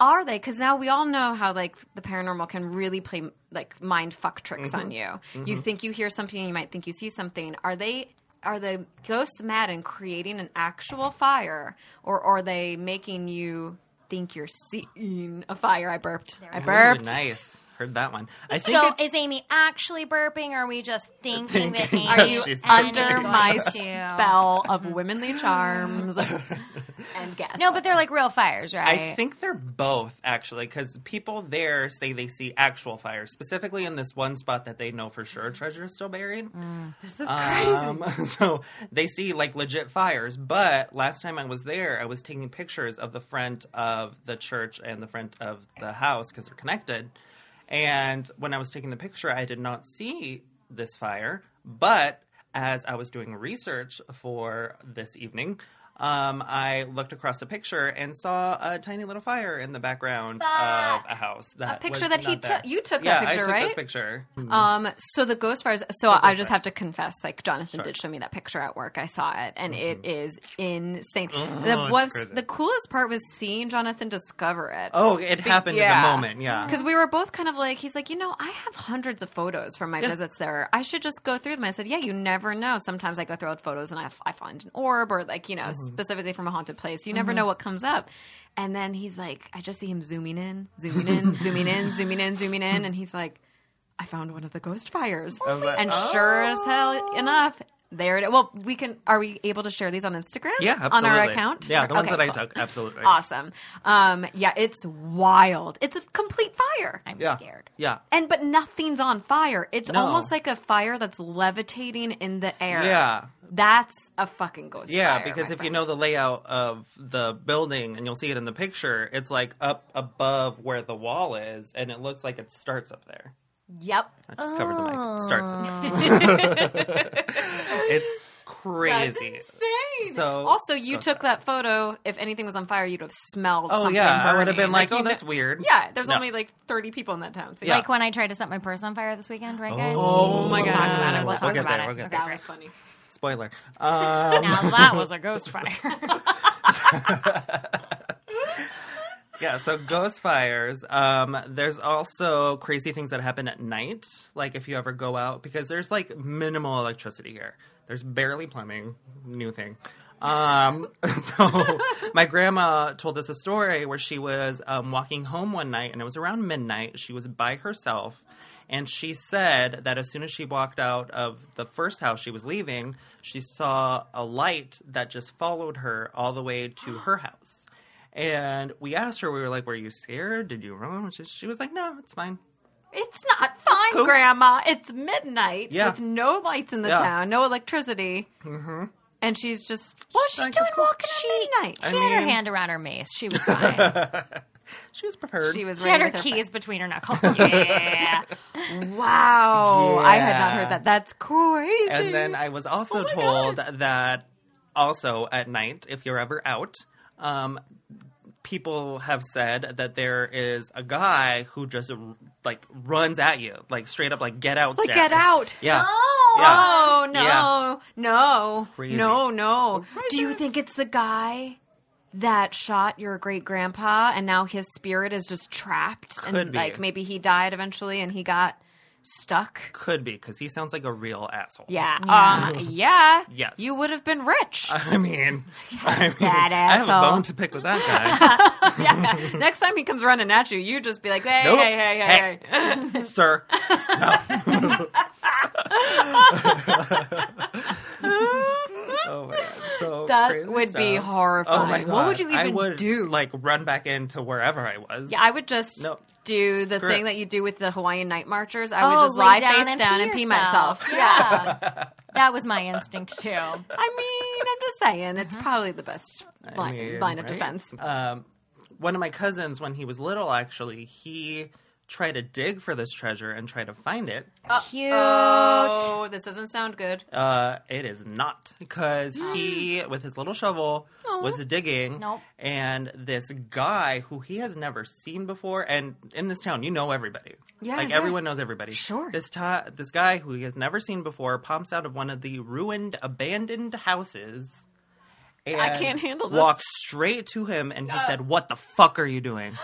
Speaker 2: Are they? Because now we all know how like the paranormal can really play like mind fuck tricks
Speaker 3: Mm-hmm.
Speaker 2: on you. You think you hear something, you might think you see something. Are they? Are the ghosts mad and creating an actual fire, or are they making you think you're seeing a fire? I burped. I
Speaker 3: Ooh,
Speaker 2: burped.
Speaker 3: nice. Heard that one. I think
Speaker 1: So
Speaker 3: it's
Speaker 1: is Amy actually burping, or are we just thinking, that
Speaker 3: Thinking
Speaker 1: Amy
Speaker 3: that
Speaker 1: is
Speaker 3: she's
Speaker 2: under
Speaker 1: going
Speaker 2: my
Speaker 1: to-
Speaker 2: spell of womanly charms and guess.
Speaker 1: No, but they're like real fires, right?
Speaker 3: I think they're both actually, because people there say they see actual fires, specifically in this one spot that they know for sure treasure is still buried.
Speaker 2: this is
Speaker 3: Um, so they see like legit fires. But last time I was there, I was taking pictures of the front of the church and the front of the house because they're connected. And when I was taking the picture, I did not see this fire. But as I was doing research for this evening, um, I looked across the picture and saw a tiny little fire in the background
Speaker 1: Fuck.
Speaker 3: of a house.
Speaker 2: a
Speaker 3: That
Speaker 2: picture
Speaker 3: was
Speaker 2: that he
Speaker 3: not there.
Speaker 2: took. You took
Speaker 3: yeah,
Speaker 2: that picture,
Speaker 3: I took
Speaker 2: right?
Speaker 3: This picture.
Speaker 2: Um, so the ghost fires. So
Speaker 3: ghost
Speaker 2: I just
Speaker 3: fires.
Speaker 2: have to confess, like Jonathan
Speaker 3: Sure.
Speaker 2: did show me that picture at work. I saw it, and it is insane. the
Speaker 3: Mm-hmm. Oh, it's
Speaker 2: was
Speaker 3: crazy.
Speaker 2: the coolest part was seeing Jonathan discover it.
Speaker 3: Oh, it happened in
Speaker 2: yeah.
Speaker 3: the moment. Yeah.
Speaker 2: Because we were both kind of like, he's like, you know, I have hundreds of photos from my visits there. I should just go through them. I said, yeah, you never know. Sometimes I go through old photos and I, I find an orb or like, you know,
Speaker 3: Mm-hmm.
Speaker 2: specifically from a haunted place. You never know what comes up. And then he's like, I just see him zooming in, zooming in, zooming in, zooming in, zooming in. And he's like, I found one of the ghost fires.
Speaker 3: I was like,
Speaker 2: and
Speaker 3: "Oh."
Speaker 2: sure as hell enough, there it is. Well, we can, are we able to share these on Instagram?
Speaker 3: Yeah,
Speaker 2: On
Speaker 3: absolutely.
Speaker 2: our account?
Speaker 3: Yeah, the ones
Speaker 2: Okay,
Speaker 3: that I
Speaker 2: cool.
Speaker 3: took, absolutely.
Speaker 2: Awesome. Um, yeah, it's wild. It's a complete fire.
Speaker 1: I'm
Speaker 3: Yeah.
Speaker 1: scared.
Speaker 3: Yeah.
Speaker 2: And but nothing's on fire. It's
Speaker 3: No.
Speaker 2: almost like a fire that's levitating in the air.
Speaker 3: Yeah.
Speaker 2: That's a fucking ghost
Speaker 3: Yeah,
Speaker 2: fire,
Speaker 3: because
Speaker 2: my
Speaker 3: if you
Speaker 2: friend.
Speaker 3: know the layout of the building and you'll see it in the picture, it's like up above where the wall is and it looks like it starts up there.
Speaker 2: Yep.
Speaker 3: I just covered the mic. It starts up there.
Speaker 1: Oh.
Speaker 2: Oh.
Speaker 3: It's crazy.
Speaker 2: Insane.
Speaker 3: So-
Speaker 2: also you
Speaker 3: ghost
Speaker 2: took that photo. If anything was on fire, you'd have smelled
Speaker 3: Oh,
Speaker 2: something.
Speaker 3: yeah. I would have
Speaker 2: burning.
Speaker 3: been like, oh,
Speaker 2: you
Speaker 3: that's
Speaker 2: know-
Speaker 3: weird.
Speaker 2: Yeah, there's
Speaker 3: No.
Speaker 2: only like thirty people in that town. So
Speaker 3: Yeah.
Speaker 1: Like when I tried to set my purse on fire this weekend, right, guys?
Speaker 3: Oh,
Speaker 2: my
Speaker 1: we'll
Speaker 2: God.
Speaker 1: talk about it. We'll,
Speaker 2: We'll
Speaker 1: talk
Speaker 2: get
Speaker 1: about
Speaker 3: there,
Speaker 1: it.
Speaker 3: we'll get
Speaker 1: Okay,
Speaker 2: that
Speaker 1: great.
Speaker 2: was funny.
Speaker 3: Spoiler. Um,
Speaker 1: Now that was a ghost fire.
Speaker 3: Yeah, so ghost fires. Um, there's also crazy things that happen at night. Like if you ever go out, because there's like minimal electricity here. There's barely plumbing. New thing. Um, so my grandma told us a story where she was um, walking home one night, and it was around midnight. She was by herself, and she said that as soon as she walked out of the first house she was leaving, she saw a light that just followed her all the way to her house. And we asked her, we were like, Were you scared? Did you run? She, she was like, No, it's fine.
Speaker 2: It's not fine,
Speaker 3: cool.
Speaker 2: Grandma. It's midnight
Speaker 3: Yeah.
Speaker 2: with no lights in the
Speaker 3: Yeah.
Speaker 2: town, no electricity. Mm-hmm. And she's just, what's she
Speaker 3: Like,
Speaker 2: doing
Speaker 3: of course.
Speaker 2: walking at midnight?
Speaker 1: She
Speaker 3: I
Speaker 1: had her
Speaker 3: mean-
Speaker 1: hand around her mace. She was fine.
Speaker 3: She was prepared.
Speaker 2: was
Speaker 1: she had her
Speaker 2: ready with
Speaker 1: keys between her knuckles. yeah.
Speaker 2: friend. Wow. I had not
Speaker 3: Yeah.
Speaker 2: heard that. That's crazy.
Speaker 3: and then I was also
Speaker 2: Oh
Speaker 3: told that also at night, if you're ever out, um, people have said that there is a guy who just like runs at you, like straight up, like get out,
Speaker 2: Like, get out.
Speaker 3: yeah.
Speaker 1: Oh.
Speaker 3: Yeah.
Speaker 2: Oh, no.
Speaker 3: Yeah. Oh,
Speaker 2: No.
Speaker 3: Crazy.
Speaker 2: No, no.
Speaker 3: Crazy.
Speaker 2: Do you think it's the guy? That shot your great grandpa, and now his spirit is just trapped,
Speaker 3: Could
Speaker 2: and
Speaker 3: be.
Speaker 2: like maybe he died eventually, and he got stuck.
Speaker 3: Could be because he sounds like a real asshole.
Speaker 2: Yeah.
Speaker 1: Yeah.
Speaker 2: Um, yeah.
Speaker 3: Yes.
Speaker 2: You would have been rich.
Speaker 3: I mean, I, mean
Speaker 2: That
Speaker 3: I have a
Speaker 2: asshole.
Speaker 3: bone to pick with that
Speaker 2: yeah. Next time he comes running at you, you just be like, hey,
Speaker 3: Nope.
Speaker 2: hey, hey, hey, hey.
Speaker 3: guy, sir. No. oh my god, so
Speaker 2: That
Speaker 3: crazy
Speaker 2: would be
Speaker 3: stuff.
Speaker 2: horrifying.
Speaker 3: Oh my god,
Speaker 2: What would you even
Speaker 3: I would,
Speaker 2: do?
Speaker 3: Like run back into wherever I was.
Speaker 2: Yeah, I would just
Speaker 3: No.
Speaker 2: do the
Speaker 3: Screw
Speaker 2: thing
Speaker 3: it.
Speaker 2: that you do with the Hawaiian night marchers. I would
Speaker 1: Oh,
Speaker 2: just
Speaker 1: lay
Speaker 2: lie
Speaker 1: down
Speaker 2: face
Speaker 1: and
Speaker 2: down
Speaker 1: pee
Speaker 2: and pee
Speaker 1: yourself.
Speaker 2: myself. Yeah.
Speaker 1: That was my instinct too.
Speaker 2: I mean, I'm just saying, it's probably the best
Speaker 3: I
Speaker 2: line,
Speaker 3: mean,
Speaker 2: line of
Speaker 3: right?
Speaker 2: defense.
Speaker 3: Um, one of my cousins, when he was little, actually, he tried to dig for this treasure and try to find it.
Speaker 1: Cute.
Speaker 2: Oh, this doesn't sound good.
Speaker 3: Uh, it is not because he, with his little shovel, was digging.
Speaker 1: Nope.
Speaker 3: And this guy who he has never seen before, and in this town, you know everybody.
Speaker 2: Yeah,
Speaker 3: like
Speaker 2: yeah.
Speaker 3: everyone knows everybody.
Speaker 2: Sure.
Speaker 3: This ta- this guy who he has never seen before pops out of one of the ruined, abandoned houses. And
Speaker 2: can't handle this.
Speaker 3: Walks straight to him, and he said, "What the fuck are you doing?"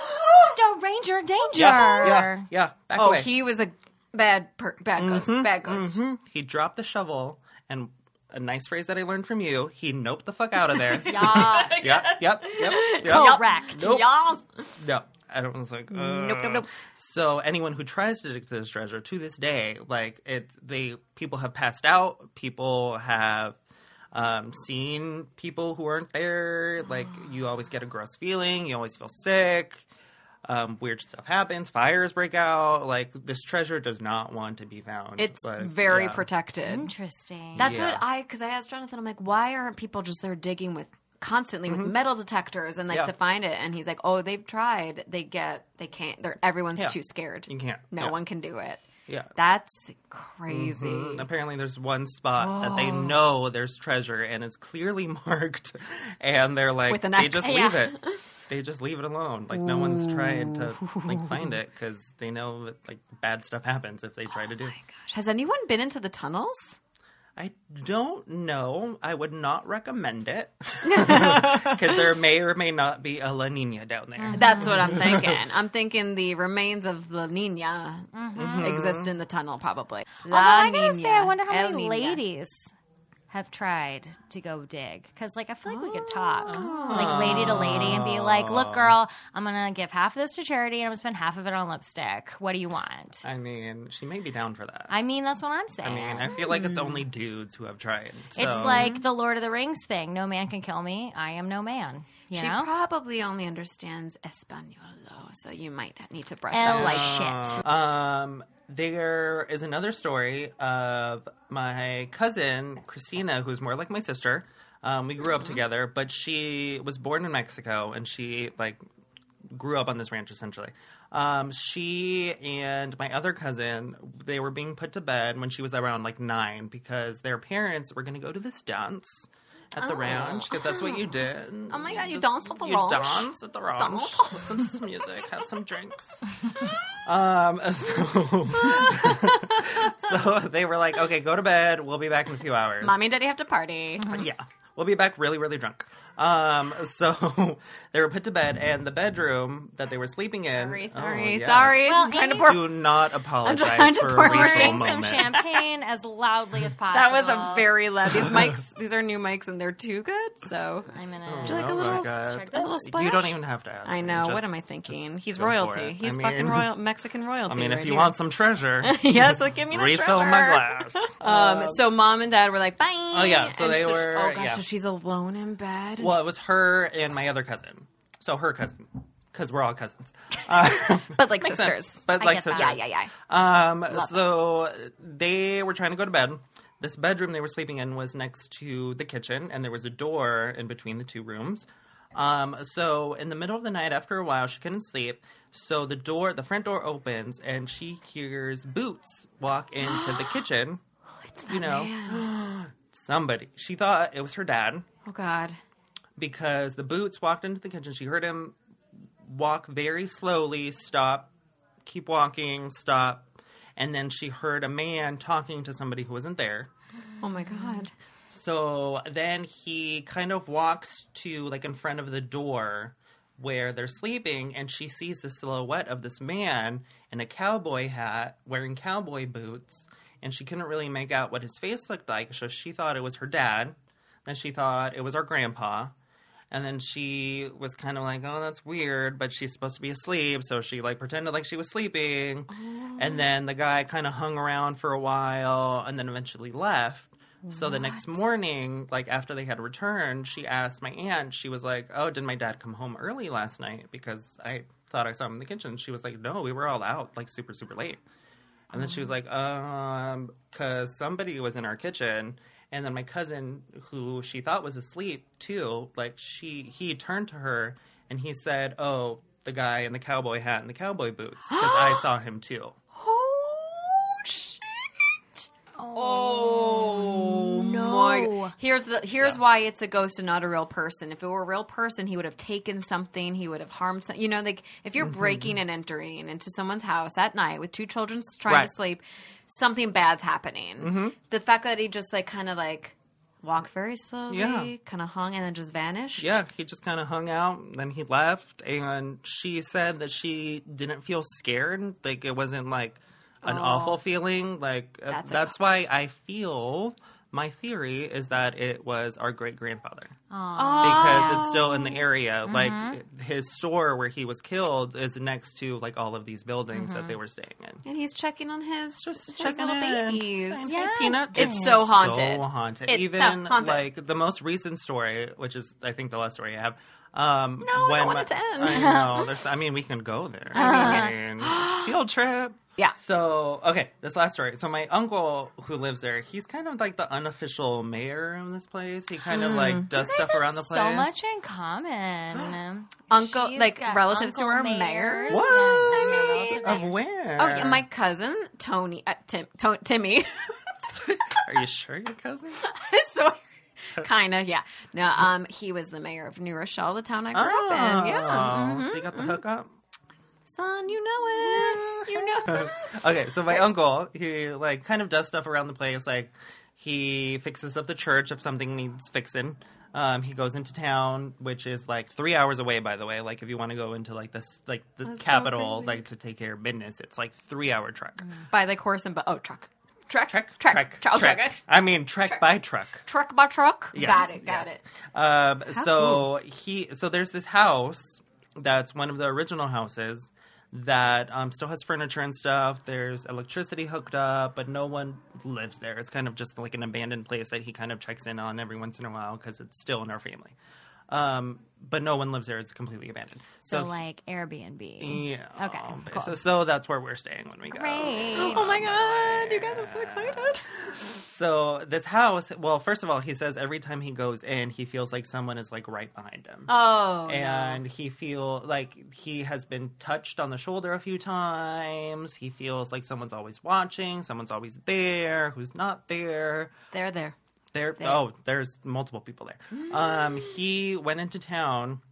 Speaker 1: Don't ranger danger.
Speaker 3: Yeah, yeah, yeah. Back
Speaker 2: Oh,
Speaker 3: away.
Speaker 2: he was a bad, per- bad ghost. Bad ghost.
Speaker 3: Mhm. He dropped the shovel, and a nice phrase that I learned from you: he noped the fuck out of there.
Speaker 1: Yes.
Speaker 3: yep, yep, yep, yep.
Speaker 1: Correct.
Speaker 3: Nope. Uh.
Speaker 2: Y'all.
Speaker 3: No, I don't. I was like,
Speaker 2: Nope, nope,
Speaker 3: "Ugh."
Speaker 2: nope.
Speaker 3: So anyone who tries to dig to this treasure to this day, like it, they people have passed out. People have um, seen people who aren't there. Like you always get a gross feeling. You always feel sick. Um, weird stuff happens. Fires break out. Like this treasure does not want to be found.
Speaker 2: It's
Speaker 3: Like,
Speaker 2: very
Speaker 3: yeah.
Speaker 2: protected.
Speaker 1: Mm-hmm. Interesting.
Speaker 2: That's
Speaker 3: Yeah.
Speaker 2: what I because I asked Jonathan. I'm like, why aren't people just there digging with constantly with metal detectors and like
Speaker 3: Mm-hmm. Yeah.
Speaker 2: to find it? And he's like, oh, they've tried. They get. They can't. They're everyone's
Speaker 3: Yeah.
Speaker 2: too scared.
Speaker 3: You can't.
Speaker 2: No
Speaker 3: Yeah.
Speaker 2: one can do it.
Speaker 3: Yeah.
Speaker 2: That's crazy.
Speaker 3: Mhm. Apparently, there's one spot that they know there's treasure, and it's clearly marked, and they're like,
Speaker 2: With an
Speaker 3: they
Speaker 2: X.
Speaker 3: just
Speaker 1: Yeah.
Speaker 3: leave it. They just leave it alone. Like no one's trying to like find it because they know that like bad stuff happens if they try to do. it.
Speaker 2: Gosh, has anyone been into the tunnels?
Speaker 3: I don't know. I would not recommend it because there may or may not be a La Nina down there.
Speaker 2: That's what I'm thinking. I'm thinking the remains of La Nina
Speaker 3: Mm-hmm.
Speaker 2: exist in the tunnel, probably.
Speaker 1: Mm-hmm. Although
Speaker 2: La
Speaker 1: I gotta
Speaker 2: Niña,
Speaker 1: say, I wonder how
Speaker 2: El
Speaker 1: many
Speaker 2: Niña.
Speaker 1: ladies have tried to go dig because, like, I feel like we could talk, like lady to lady, and be like,
Speaker 3: Ah.
Speaker 1: "Look, girl, I'm gonna give half of this to charity, and I'm gonna spend half of it on lipstick. What do you want?"
Speaker 3: I mean, she may be down for that. I,
Speaker 1: I mean, that's what I'm saying.
Speaker 3: mean, I feel like it's only dudes who have tried. So.
Speaker 1: it's like the Lord of the Rings thing: no man can kill me. I am no man. You
Speaker 2: She
Speaker 1: know,
Speaker 2: probably only understands Espanol, so you might need to brush
Speaker 1: El
Speaker 2: up.
Speaker 1: like shit.
Speaker 3: Um, there is another story of my cousin Christina, who's more like my sister. Um, we grew up
Speaker 2: Mm-hmm.
Speaker 3: together, but she was born in Mexico, and she like grew up on this ranch essentially. Um, she and my other cousin, they were being put to bed when she was around like nine because their parents were going to go to this dance at the ranch because that's what you did.
Speaker 2: Oh my God, you
Speaker 3: Just-
Speaker 2: dance at the
Speaker 3: you
Speaker 2: ranch?
Speaker 3: dance at the ranch.
Speaker 2: Dance.
Speaker 3: Listen to some music, have some drinks. Um, so, so they were like, okay, go to bed. We'll be back in a few hours.
Speaker 2: Mommy and daddy have to party.
Speaker 1: Mm-hmm.
Speaker 3: Yeah. We'll be back really, really drunk. Um, so they were put to bed, and the bedroom that they were sleeping in.
Speaker 2: Sorry,
Speaker 3: Oh,
Speaker 2: sorry,
Speaker 3: yeah.
Speaker 2: sorry.
Speaker 1: Well,
Speaker 2: I'm trying to
Speaker 1: Amy's-
Speaker 2: pour.
Speaker 3: Do not apologize
Speaker 2: trying to
Speaker 3: for
Speaker 2: pour
Speaker 3: a
Speaker 2: my
Speaker 3: racial
Speaker 1: Drink some
Speaker 3: moment.
Speaker 1: champagne as loudly as possible.
Speaker 2: That was a very loud. These mics, these are new mics, and they're too good. So
Speaker 1: I'm in
Speaker 3: Oh,
Speaker 1: a.
Speaker 2: Would you like a
Speaker 3: my
Speaker 2: little-
Speaker 3: God.
Speaker 1: check this?
Speaker 2: A little
Speaker 3: You don't
Speaker 2: splash?
Speaker 3: even have to ask.
Speaker 2: I
Speaker 3: me.
Speaker 2: know.
Speaker 3: Just-
Speaker 2: what am I thinking?
Speaker 3: just
Speaker 2: He's
Speaker 3: go for
Speaker 2: royalty.
Speaker 3: it.
Speaker 2: He's
Speaker 3: I
Speaker 2: fucking
Speaker 3: mean-
Speaker 2: royal Mexican royalty.
Speaker 3: I mean, if
Speaker 2: right
Speaker 3: you
Speaker 2: here.
Speaker 3: want some treasure,
Speaker 2: yes, like, give me the
Speaker 3: refill
Speaker 2: treasure.
Speaker 3: my glass. Uh,
Speaker 2: Um, so mom and dad were like, bye. Oh
Speaker 3: yeah, so they were-
Speaker 2: oh gosh,
Speaker 3: yeah.
Speaker 2: so she's alone in bed. and
Speaker 3: Well, it was her and my other cousin. So her cousin, because we're all cousins. Uh,
Speaker 2: she- but like
Speaker 3: makes
Speaker 2: sisters.
Speaker 3: sense, but
Speaker 1: I
Speaker 3: like
Speaker 1: get that.
Speaker 3: sisters.
Speaker 2: yeah, yeah, yeah.
Speaker 3: Um, so they were trying to go to bed. This bedroom they were sleeping in was next to the kitchen, and there was a door in between the two rooms. Um, so in the middle of the night, after a while, she couldn't sleep. So the door, the front door opens, and she hears boots walk into the kitchen. you know, somebody. She thought it was her dad
Speaker 2: Oh god.
Speaker 3: because the boots walked into the kitchen. She heard him walk very slowly, stop, keep walking, stop. And then she heard a man talking to somebody who wasn't there.
Speaker 2: Oh my god.
Speaker 3: So then he kind of walks to, like, in front of the door where they're sleeping and she sees the silhouette of this man in a cowboy hat wearing cowboy boots and she couldn't really make out what his face looked like so she thought it was her dad then she thought it was our grandpa and then she was kind of like oh that's weird but she's supposed to be asleep so she like pretended like she was sleeping and then the guy kind of hung around for a while and then eventually left so the next morning, like after they had returned, she asked my aunt, she was like, Oh, did my dad come home early last night? Because I thought I saw him in the kitchen. She was like, No, we were all out, like super, super late. And then she was like, Um, because somebody was in our kitchen. And then my cousin, who she thought was asleep too, like she, he turned to her and he said, Oh, the guy in the cowboy hat and the cowboy boots, because I saw him too.
Speaker 2: Oh shit! Oh,
Speaker 1: no.
Speaker 2: my! Here's the here's why it's a ghost and not a real person. If it were a real person, he would have taken something. He would have harmed some. You know, like if
Speaker 3: Mm-hmm,
Speaker 2: you're breaking and entering into someone's house at night with two children s- trying
Speaker 3: Right. Mm-hmm.
Speaker 2: to sleep, something bad's happening. The fact that he just like kind of like walked very slowly,
Speaker 3: Yeah.
Speaker 2: kind of hung, and then just vanished.
Speaker 3: Yeah, he just kind of hung out, and then he left. And she said that she didn't feel scared. Like, it wasn't like an awful feeling. Like, uh, that's,
Speaker 2: That's a
Speaker 3: why I feel my theory is that it was our great grandfather
Speaker 2: Oh, Mm-hmm.
Speaker 3: because it's still in the area. Like, his store where he was killed is next to like all of these buildings that they were staying in.
Speaker 2: and he's checking on his
Speaker 3: Just
Speaker 2: his
Speaker 3: checking
Speaker 2: Mm-hmm. little
Speaker 3: in.
Speaker 2: babies.
Speaker 1: Yeah.
Speaker 3: Peanut,
Speaker 2: It's so haunted.
Speaker 3: So haunted.
Speaker 2: It's so
Speaker 3: Even
Speaker 2: haunted.
Speaker 3: like the most recent story, which is I think the last story I have. Um,
Speaker 2: No, I
Speaker 3: when
Speaker 2: don't want
Speaker 3: my-
Speaker 2: it to end. Uh-huh.
Speaker 3: I know. There's, I mean, we can go there. I mean, field trip.
Speaker 2: Yeah.
Speaker 3: So okay, this last story. So my uncle who lives there, he's kind of like the unofficial mayor of this place. He kind of
Speaker 2: Hmm.
Speaker 3: like does
Speaker 1: You guys
Speaker 3: stuff
Speaker 1: have
Speaker 3: around the place.
Speaker 1: So much in common.
Speaker 2: Uncle-
Speaker 1: She's
Speaker 2: like,
Speaker 1: got
Speaker 2: relatives who
Speaker 1: uncle
Speaker 2: are mayors?
Speaker 1: Yeah,
Speaker 3: What?
Speaker 1: I know, relatives
Speaker 3: of
Speaker 1: mayors.
Speaker 3: where?
Speaker 2: Oh, yeah, my cousin Tony, uh, Tim, to- Timmy.
Speaker 3: Are you sure your cousin?
Speaker 2: so kind of yeah no um he was the mayor of new rochelle the town i grew up in yeah Mm-hmm,
Speaker 3: Oh, So you got the hookup.
Speaker 2: son you know it you know it.
Speaker 3: okay, so my uncle, he like kind of does stuff around the place. Like he fixes up the church if something needs fixing. Um, he goes into town, which is like three hours away, by the way. Like if you want to go into like this, like the
Speaker 2: That's so crazy.
Speaker 3: capital,
Speaker 2: Mm.
Speaker 3: like to take care of business, it's like three hour trek.
Speaker 2: by like horse and bu- oh truck truck
Speaker 3: Trek,
Speaker 2: truck
Speaker 3: trek,
Speaker 2: truck,
Speaker 3: trek.
Speaker 2: truck.
Speaker 3: I mean, trek, by truck.
Speaker 2: Truck by truck
Speaker 3: Yes,
Speaker 2: got it got
Speaker 3: yes.
Speaker 2: it
Speaker 3: Um,
Speaker 2: How
Speaker 3: so he, so there's this house that's one of the original houses that um, still has furniture and stuff. There's electricity hooked up, but no one lives there. It's kind of just like an abandoned place that he kind of checks in on every once in a while because it's still in our family. Um, but no one lives there. It's completely abandoned.
Speaker 1: So,
Speaker 3: he-
Speaker 1: like Airbnb.
Speaker 2: E-
Speaker 3: yeah.
Speaker 1: Okay, cool.
Speaker 3: So, so that's where we're staying when we go.
Speaker 1: Great.
Speaker 2: oh my god you guys are so excited
Speaker 3: So this house, well, first of all, he says every time he goes in, he feels like someone is like right behind him.
Speaker 2: oh
Speaker 3: and he feel like he has been touched on the shoulder a few times. He feels like someone's always watching, someone's always there, who's not there.
Speaker 2: they're there
Speaker 3: There, oh, there's multiple people there. Um, he went into town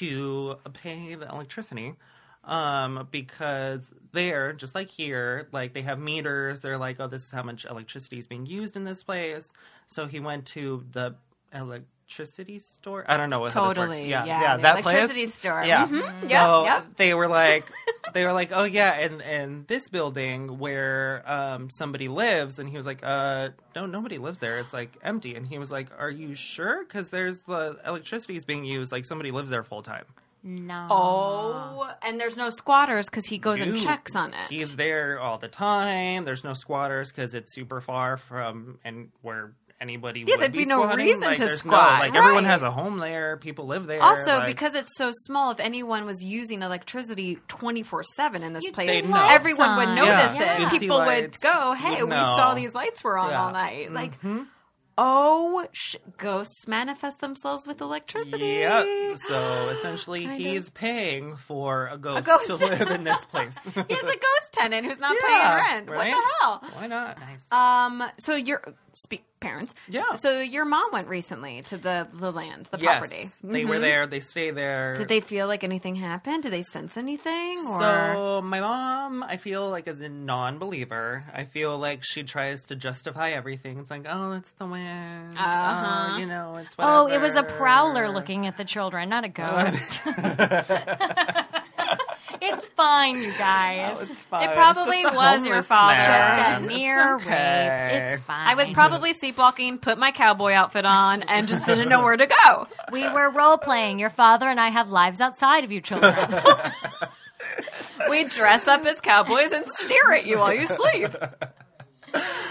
Speaker 3: to pay the electricity um because there just like here like they have meters they're like oh this is how much electricity is being used in this place so he went to the electricity store i don't know what this works.
Speaker 2: totally
Speaker 3: yeah
Speaker 2: yeah,
Speaker 3: yeah
Speaker 2: the
Speaker 3: that
Speaker 2: electricity
Speaker 3: place
Speaker 2: store
Speaker 3: yeah.
Speaker 2: Mhm.
Speaker 3: So
Speaker 2: yeah yeah
Speaker 3: they were like, they were like, oh yeah, and and this building where um somebody lives, and he was like, uh, no, nobody lives there. It's like empty, and he was like, are you sure? Because there's the electricity is being used. Like somebody lives there full time.
Speaker 1: No.
Speaker 2: oh and there's no squatters because he goes and
Speaker 3: Dude,
Speaker 2: checks on it
Speaker 3: He's there all the time. There's no squatters because it's super far from and where anybody.
Speaker 2: Yeah,
Speaker 3: would
Speaker 2: there'd
Speaker 3: be,
Speaker 2: be no
Speaker 3: squatting.
Speaker 2: reason
Speaker 3: Like,
Speaker 2: to
Speaker 3: there's no-
Speaker 2: squat.
Speaker 3: like everyone
Speaker 2: Right.
Speaker 3: has a home there. People live there.
Speaker 2: Also,
Speaker 3: like-
Speaker 2: because it's so small, if anyone was using electricity 24 7 in this
Speaker 1: You'd
Speaker 2: place,
Speaker 1: see
Speaker 3: They'd know.
Speaker 2: everyone
Speaker 1: lights
Speaker 2: would
Speaker 1: on.
Speaker 2: notice
Speaker 1: Yeah.
Speaker 2: it.
Speaker 1: You'd
Speaker 3: see
Speaker 2: People
Speaker 3: lights.
Speaker 2: would go, hey,
Speaker 3: You'd
Speaker 2: we
Speaker 3: know.
Speaker 2: saw these lights were on
Speaker 3: Yeah.
Speaker 2: all night. Like,
Speaker 3: Mhm.
Speaker 2: oh, sh- ghosts manifest themselves with electricity.
Speaker 3: Yep. So essentially,
Speaker 2: Kind
Speaker 3: he's paying for a ghost,
Speaker 2: ghost.
Speaker 3: to live in this place.
Speaker 2: He has a ghost tenant who's not
Speaker 3: Yeah,
Speaker 2: paying rent. What
Speaker 3: right?
Speaker 2: the hell?
Speaker 3: Why not? Nice.
Speaker 2: Um, so you're speak parents.
Speaker 3: Yeah.
Speaker 2: So your mom went recently to the the land, the
Speaker 3: yes,
Speaker 2: property. Mm-hmm.
Speaker 3: they were there. They stay there.
Speaker 2: Did they feel like anything happened? Did they sense anything? Or
Speaker 3: So my mom, I feel like is a non-believer. I feel like she tries to justify everything. It's like, oh, it's the wind. Oh,
Speaker 2: Uh-huh.
Speaker 3: you know, it's
Speaker 1: Oh, it was a
Speaker 3: whatever.
Speaker 1: prowler looking at the children, not a ghost. it's fine, you guys.
Speaker 3: Oh, it's fine.
Speaker 2: It probably
Speaker 3: It's just a
Speaker 2: was your
Speaker 3: homeless
Speaker 2: father.
Speaker 3: man.
Speaker 1: Just a
Speaker 2: It's
Speaker 1: mere
Speaker 3: okay.
Speaker 1: rape. It's fine.
Speaker 2: I was probably sleepwalking, put my cowboy outfit on, and just didn't know where to go.
Speaker 1: We were role playing. Your father and I have lives outside of you children.
Speaker 2: We dress up as cowboys and stare at you while you sleep.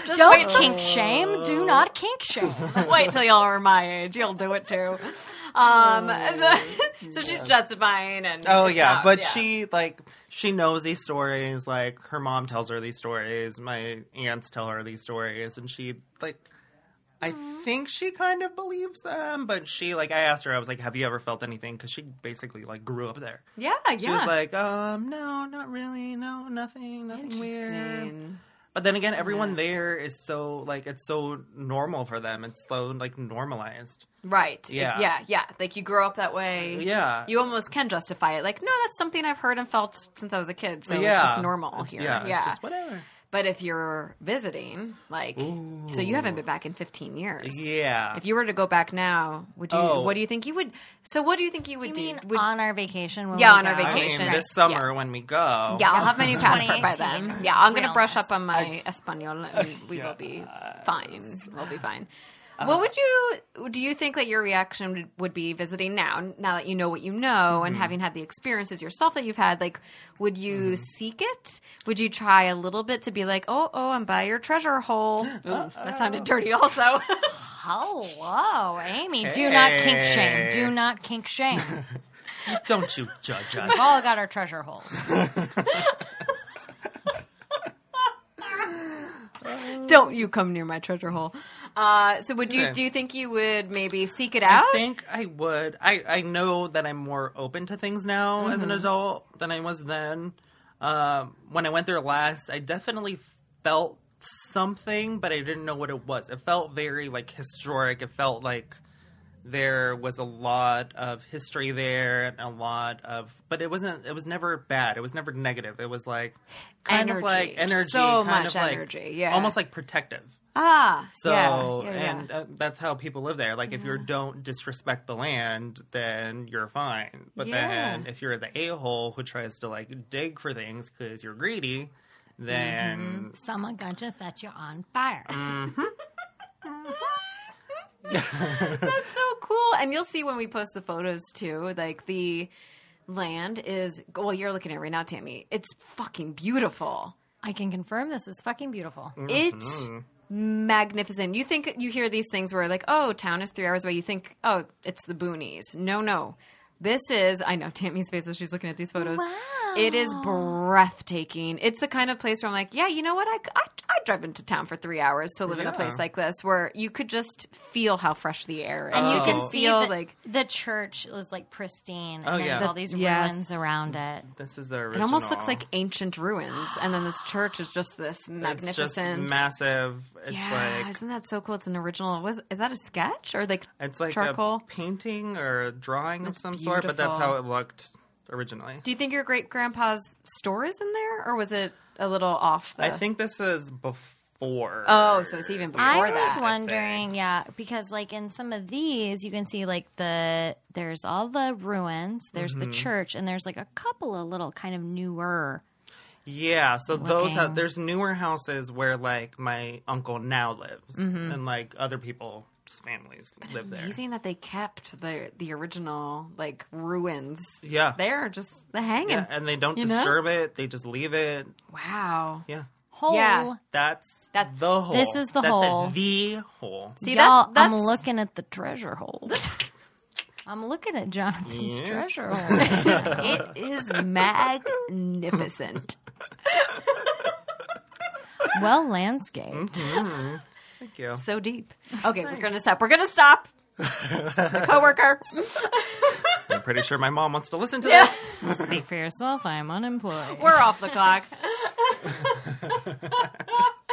Speaker 2: Just
Speaker 1: Don't
Speaker 2: wait till-
Speaker 1: kink shame. Do not kink shame.
Speaker 2: Wait till y'all are my age. You'll do it too. Um, so, so she's justifying and
Speaker 3: Oh
Speaker 2: it's
Speaker 3: yeah,
Speaker 2: out,
Speaker 3: but she like she knows these stories. Like her mom tells her these stories. My aunts tell her these stories, and she like. I
Speaker 2: Mm-hmm.
Speaker 3: think she kind of believes them, but she like I asked her. I was like, "Have you ever felt anything?" Because she basically like grew up there.
Speaker 2: yeah yeah.
Speaker 3: She was like, "Um, no, not really. No, nothing, nothing weird."
Speaker 2: Interesting.
Speaker 3: But then again, everyone there is so like it's so normal for them. It's so like normalized.
Speaker 2: Right.
Speaker 3: Yeah. Uh,
Speaker 2: Yeah. Yeah. Like you grow up that way.
Speaker 3: Yeah.
Speaker 2: You almost can justify it. Like, no, that's something I've heard and felt since I was a kid. So
Speaker 3: yeah,
Speaker 2: it's just normal
Speaker 3: It's-
Speaker 2: here.
Speaker 3: Yeah, it's just whatever.
Speaker 2: but if you're visiting, like, so you haven't been back in 15 years.
Speaker 3: Yeah.
Speaker 2: If you were to go back now, would you?
Speaker 3: Oh.
Speaker 2: What do you think you would? So, what do you think you would
Speaker 1: You mean
Speaker 2: Would,
Speaker 1: on our vacation? When
Speaker 2: Yeah,
Speaker 1: we
Speaker 2: on our
Speaker 1: go?
Speaker 3: I
Speaker 2: vacation.
Speaker 3: mean,
Speaker 2: Right.
Speaker 3: this summer when we go.
Speaker 2: yeah, I'll have my new passport by
Speaker 1: 2018
Speaker 2: then. Yeah, I'm gonna brush
Speaker 1: realness.
Speaker 2: up on my Espanol, and we will be
Speaker 3: Uh,
Speaker 2: fine. We'll be fine. what would you? Do you think that your reaction would- would be visiting now? Now that you know what you know and
Speaker 3: Mm-hmm.
Speaker 2: having had the experiences yourself that you've had, like, would you seek it? Would you try a little bit to be like, oh, oh, I'm by your treasure hole? Ooh, that sounded dirty, also.
Speaker 1: Hello, Oh, Amy. Do not kink shame.
Speaker 3: Hey.
Speaker 1: Do not kink shame.
Speaker 3: Don't you judge us.
Speaker 2: Oh.
Speaker 1: We've all got our treasure holes.
Speaker 2: Don't you come near my treasure hole. Uh, so would you
Speaker 3: Okay.
Speaker 2: do you think you would maybe seek it out?
Speaker 3: I think I would. I, I know that I'm more open to things now as
Speaker 2: Mm-hmm.
Speaker 3: an adult than I was then. Um, when I went there last, I definitely felt something, but I didn't know what it was. It felt very like historic. It felt like there was a lot of history there and a lot of but it wasn't it was never bad it was never negative it was like kind
Speaker 2: Energy.
Speaker 3: of like energy
Speaker 2: So
Speaker 3: kind
Speaker 2: much
Speaker 3: of like
Speaker 2: energy, yeah.
Speaker 3: almost like protective
Speaker 2: ah,
Speaker 3: so
Speaker 2: yeah, yeah, yeah. Mm-hmm.
Speaker 3: and uh, that's how people live there. Like if you don't disrespect the land, then you're fine. But
Speaker 2: Yeah.
Speaker 3: then if you're the a hole who tries to like dig for things because you're greedy,
Speaker 2: Mm-hmm.
Speaker 3: then
Speaker 1: Someone gonna just set you on fire.
Speaker 3: Mm.
Speaker 2: That's so cool. And you'll see when we post the photos too, like the land is well, you're looking at it right now, Tammy. It's fucking beautiful.
Speaker 1: I can confirm this is fucking beautiful.
Speaker 3: Mm.
Speaker 2: It's magnificent. You think you hear these things where like, oh, town is three hours away. You think, oh, it's the boonies. No, no. This is I know Tammy's face as she's looking at these photos.
Speaker 1: Wow.
Speaker 2: It is breathtaking. It's the kind of place where I'm like, yeah, you know what? I, I, I'd drive into town for three hours to live in a
Speaker 3: Yeah.
Speaker 2: place like this where you could just feel how fresh the air is.
Speaker 1: And you can
Speaker 3: Oh.
Speaker 1: see
Speaker 2: feel
Speaker 1: the,
Speaker 2: like
Speaker 1: the church is like pristine, and
Speaker 3: Oh,
Speaker 1: then there's
Speaker 3: yeah.
Speaker 1: all these
Speaker 2: Yes.
Speaker 1: ruins around it.
Speaker 3: this is the original.
Speaker 2: It almost looks like ancient ruins, and then this church is just this
Speaker 3: it's just
Speaker 2: magnificent.
Speaker 3: massive. It's
Speaker 2: yeah,
Speaker 3: like
Speaker 2: isn't that so cool? It's an original. Was is that a sketch or like
Speaker 3: it's like
Speaker 2: charcoal?
Speaker 3: a painting or a drawing of some sort, but that's
Speaker 2: beautiful.
Speaker 3: how it looked originally.
Speaker 2: Do you think your great grandpa's store is in there, or was it a little off? The...
Speaker 3: I think this is before.
Speaker 2: Oh, so it's even
Speaker 1: I
Speaker 2: before
Speaker 1: was
Speaker 2: that, I
Speaker 1: wondering, yeah, because like in some of these, you can see like the there's all the ruins, there's
Speaker 3: Mm-hmm.
Speaker 1: the church, and there's like a couple of little kind of newer.
Speaker 3: Yeah, so those ha-
Speaker 1: Looking.
Speaker 3: there's newer houses where like my uncle now lives, and like other people's families live there.
Speaker 2: Amazing that they kept the the original like ruins.
Speaker 3: Yeah.
Speaker 2: there, just the hanging.
Speaker 3: Yeah, and they don't
Speaker 2: You know?
Speaker 3: disturb it; they just leave it.
Speaker 2: Wow.
Speaker 3: Yeah,
Speaker 1: Hole.
Speaker 2: Yeah.
Speaker 3: that's
Speaker 2: That's-
Speaker 3: that's the hole.
Speaker 1: This is the
Speaker 3: That's it,
Speaker 1: hole.
Speaker 3: The hole.
Speaker 2: See,
Speaker 1: Y'all,
Speaker 2: that's, that's
Speaker 1: I'm looking at the treasure hole. I'm looking at Jonathan's
Speaker 3: Yes.
Speaker 1: treasure hole.
Speaker 2: it is magnificent.
Speaker 1: well landscaped.
Speaker 3: Thank you.
Speaker 2: so deep. Okay, we're gonna stop. We're gonna stop. It's my coworker.
Speaker 3: I'm pretty sure my mom wants to listen to this.
Speaker 1: Speak for yourself. I'm unemployed.
Speaker 2: we're off the clock.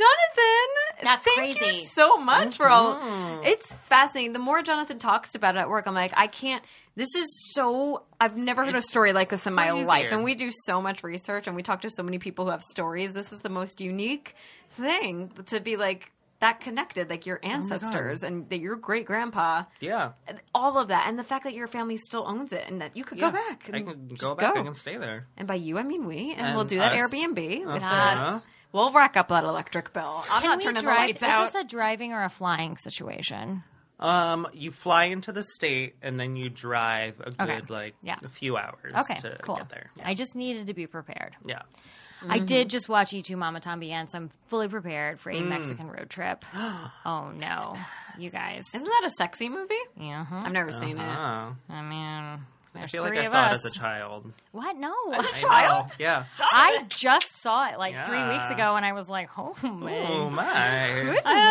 Speaker 2: Jonathan
Speaker 1: That's
Speaker 2: Thank
Speaker 1: crazy. Mm-hmm.
Speaker 2: you so much for all. It's fascinating. The more Jonathan talks about it at work, I'm like, I can't. This is so. I've never heard a story like this in my
Speaker 3: crazy.
Speaker 2: life. And we do so much research, and we talk to so many people who have stories. This is the most unique thing to be like that connected, like
Speaker 3: Oh
Speaker 2: your ancestors and that your great grandpa,
Speaker 3: Yeah.
Speaker 2: and all of that, and the fact that your family still owns it, and that you could
Speaker 3: Yeah.
Speaker 2: go back. And
Speaker 3: I can go
Speaker 2: just
Speaker 3: back. I can stay there.
Speaker 2: And by you, I mean we, and, we'll
Speaker 3: And
Speaker 2: do that
Speaker 3: us.
Speaker 2: Airbnb with
Speaker 3: Uh-huh.
Speaker 2: us. We'll rack up that electric bill. I'm
Speaker 1: Can
Speaker 2: not
Speaker 1: we
Speaker 2: turning
Speaker 1: drive-
Speaker 2: the
Speaker 1: is
Speaker 2: lights out.
Speaker 1: this a driving or a flying situation?
Speaker 3: Um, you fly into the state and then you drive a good
Speaker 1: Okay.
Speaker 3: like
Speaker 1: Yeah.
Speaker 3: a few hours
Speaker 1: Okay,
Speaker 3: to
Speaker 1: cool.
Speaker 3: get there. Yeah.
Speaker 1: I just needed to be prepared.
Speaker 3: yeah.
Speaker 1: I
Speaker 2: Mm-hmm.
Speaker 1: did just watch E2 Mama Tambien, so I'm fully prepared
Speaker 3: Mm.
Speaker 1: for a Mexican road trip. oh no, you guys.
Speaker 2: Isn't that a sexy movie?
Speaker 1: Mhm.
Speaker 2: I've never seen it.
Speaker 3: Oh.
Speaker 1: I mean,
Speaker 3: I
Speaker 1: there's
Speaker 3: feel like
Speaker 1: three
Speaker 3: I
Speaker 1: of
Speaker 3: saw
Speaker 1: us.
Speaker 3: it as a child.
Speaker 1: What? No.
Speaker 3: I
Speaker 2: Child?
Speaker 3: know. Yeah.
Speaker 1: I just saw it like three
Speaker 3: Yeah.
Speaker 1: weeks ago, and I was like, "Oh
Speaker 3: Oh
Speaker 1: my
Speaker 3: my.
Speaker 2: I've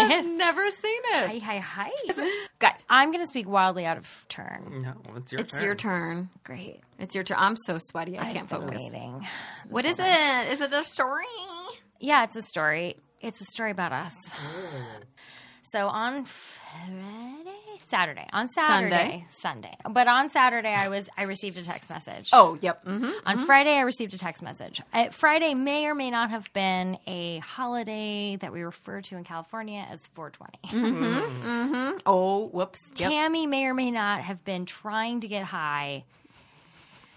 Speaker 1: goodness!"
Speaker 2: never seen
Speaker 1: Hi,
Speaker 2: it.
Speaker 1: hi, hi.
Speaker 2: Guys,
Speaker 1: I'm going to speak wildly out of turn.
Speaker 3: No, it's your
Speaker 2: it's
Speaker 3: turn.
Speaker 2: your turn.
Speaker 1: Great.
Speaker 2: It's your turn. I'm so sweaty. I can't
Speaker 1: I've been
Speaker 2: focus.
Speaker 1: waiting.
Speaker 2: What is it? Is it a story?
Speaker 1: Yeah, it's a story. It's a story about us. So on Friday, Saturday, on Saturday, Sunday, but on Saturday I was I received a text message.
Speaker 2: Oh, yep. hmm
Speaker 1: on Friday I received a text message. Uh, Friday may or may not have been a holiday that we refer to in California as 420.
Speaker 2: Oh, whoops. Yep.
Speaker 1: Tammy may or may not have been trying to get high.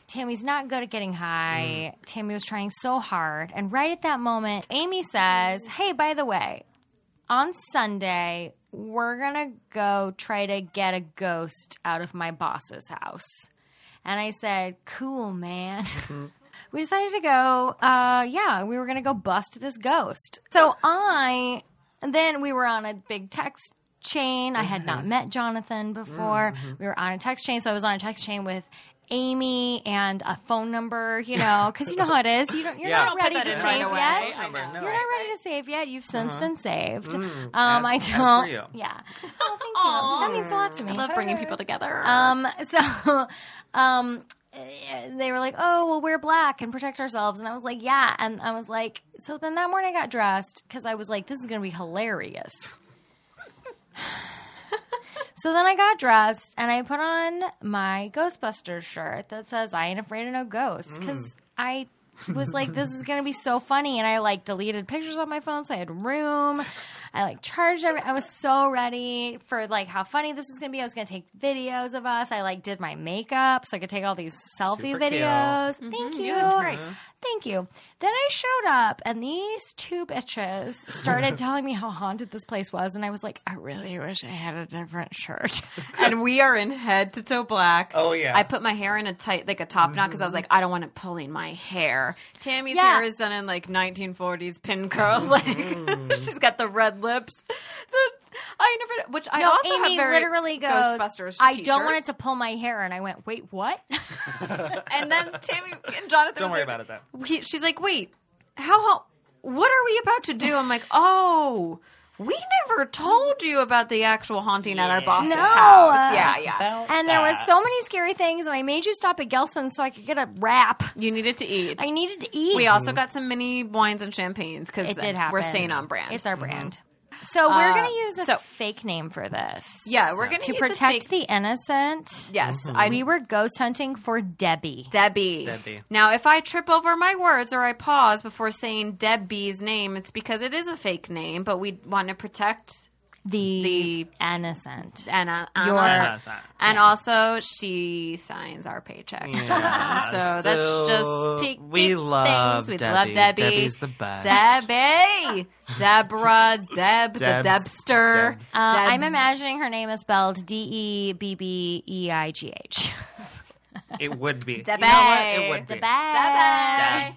Speaker 1: Tammy's not good at getting high. Tammy was trying so hard. And right at that moment, Amy says, Hey, by the way, on Sunday, we're going to go try to get a ghost out of my boss's house. And I said, Cool, man.
Speaker 3: Mm-hmm.
Speaker 1: we decided to go, uh, yeah, we were going to go bust this ghost. So I, and then we were on a big text chain. I had
Speaker 3: Mm-hmm.
Speaker 1: not met Jonathan before. We were on a text chain. So I was on a text chain with. Amy and a phone number, you know, because you know how it is. You don't, you're
Speaker 3: Yeah.
Speaker 1: not
Speaker 3: Don't
Speaker 1: ready
Speaker 2: put
Speaker 1: to
Speaker 2: that
Speaker 1: save
Speaker 2: in right away.
Speaker 1: yet.
Speaker 2: I
Speaker 3: Number,
Speaker 2: know.
Speaker 3: no.
Speaker 1: You're not ready to save yet. You've since been saved.
Speaker 3: Uh-huh. Mm,
Speaker 1: um, I
Speaker 3: as- as for
Speaker 1: don't.
Speaker 3: you.
Speaker 1: Yeah. Oh, thank you. That means a lot to me.
Speaker 2: I love bringing people together.
Speaker 1: Um, so, um, eh, they were like, "Oh, well, wear black and protect ourselves," and I was like, "Yeah," and I was like, "So then that morning I got dressed because I was like, this is gonna be hilarious." so then I got dressed and I put on my Ghostbusters shirt that says "I ain't afraid of no ghosts"
Speaker 3: Mm.
Speaker 1: because I was like, "This is gonna be so funny," and I like deleted pictures on my phone so I had room. I like charged every. I was so ready for like how funny this was gonna be. I was gonna take videos of us. I like did my makeup so I could take all these selfie
Speaker 3: Super cute.
Speaker 1: videos. Thank you.
Speaker 2: you looked great.
Speaker 1: Thank you. Then I showed up and these two bitches started telling me how haunted this place was, and I was like, I really wish I had a different shirt.
Speaker 2: and we are in head to toe black.
Speaker 3: Oh, yeah. Mm-hmm.
Speaker 2: I put my hair in a tight, like a top knot, because I was like, I don't want it pulling my hair. Tammy's
Speaker 1: Yeah.
Speaker 2: hair is done in like 1940s pin curls. Like
Speaker 3: Mm.
Speaker 2: she's got the red lips. The, I never, which I
Speaker 1: No,
Speaker 2: also
Speaker 1: Amy
Speaker 2: have very
Speaker 1: literally goes,
Speaker 2: Ghostbusters.
Speaker 1: I don't want it to pull my hair, and I went, wait, what?
Speaker 2: And then Tammy and Jonathan. was
Speaker 3: Don't worry
Speaker 2: like-
Speaker 3: about it though.
Speaker 2: He, she's like, wait, how, how? What are we about to do? I'm like, oh. We never told you about the actual haunting at our boss's
Speaker 1: No.
Speaker 2: house. Yeah, yeah.
Speaker 1: And there was so many scary things, and I made you stop at Gelson's so I could get a wrap.
Speaker 2: You needed to eat.
Speaker 1: I needed to eat.
Speaker 3: Mm-hmm.
Speaker 2: We also got some mini wines and champagnes because
Speaker 1: it did happen.
Speaker 2: we're staying on brand.
Speaker 1: It's our brand. Mm-hmm. So we're
Speaker 2: Uh,
Speaker 1: gonna use a
Speaker 2: so-
Speaker 1: fake name for this.
Speaker 2: yeah, we're going
Speaker 1: to
Speaker 2: use a
Speaker 1: protect
Speaker 2: fake-
Speaker 1: the innocent.
Speaker 2: yes,
Speaker 3: Mm-hmm.
Speaker 2: I
Speaker 1: We were ghost hunting for Debbie.
Speaker 2: Debbie.
Speaker 3: Debbie.
Speaker 2: Now, if I trip over my words or I pause before saying Debbie's name, it's because it is a fake name, but we want to protect
Speaker 1: the,
Speaker 2: The-
Speaker 1: innocent.
Speaker 2: Anna.
Speaker 1: Your-
Speaker 2: Anna.
Speaker 3: Yes, I-
Speaker 2: and also, she signs our paycheck.
Speaker 3: Yeah,
Speaker 2: So that's
Speaker 3: so
Speaker 2: just peak
Speaker 3: we
Speaker 2: peak
Speaker 3: love
Speaker 2: things. We
Speaker 3: Debbie.
Speaker 2: love Debbie.
Speaker 3: Debbie's the best.
Speaker 2: Debbie, Deborah, Deb,
Speaker 3: Debs,
Speaker 2: the Debster.
Speaker 3: Debs.
Speaker 1: Uh, I'm
Speaker 2: Deb-
Speaker 1: imagining her name is spelled D E B B E I G H.
Speaker 3: It would be.
Speaker 2: Debbie.
Speaker 3: You know what? It would be.
Speaker 2: Debbie.
Speaker 3: Debbie.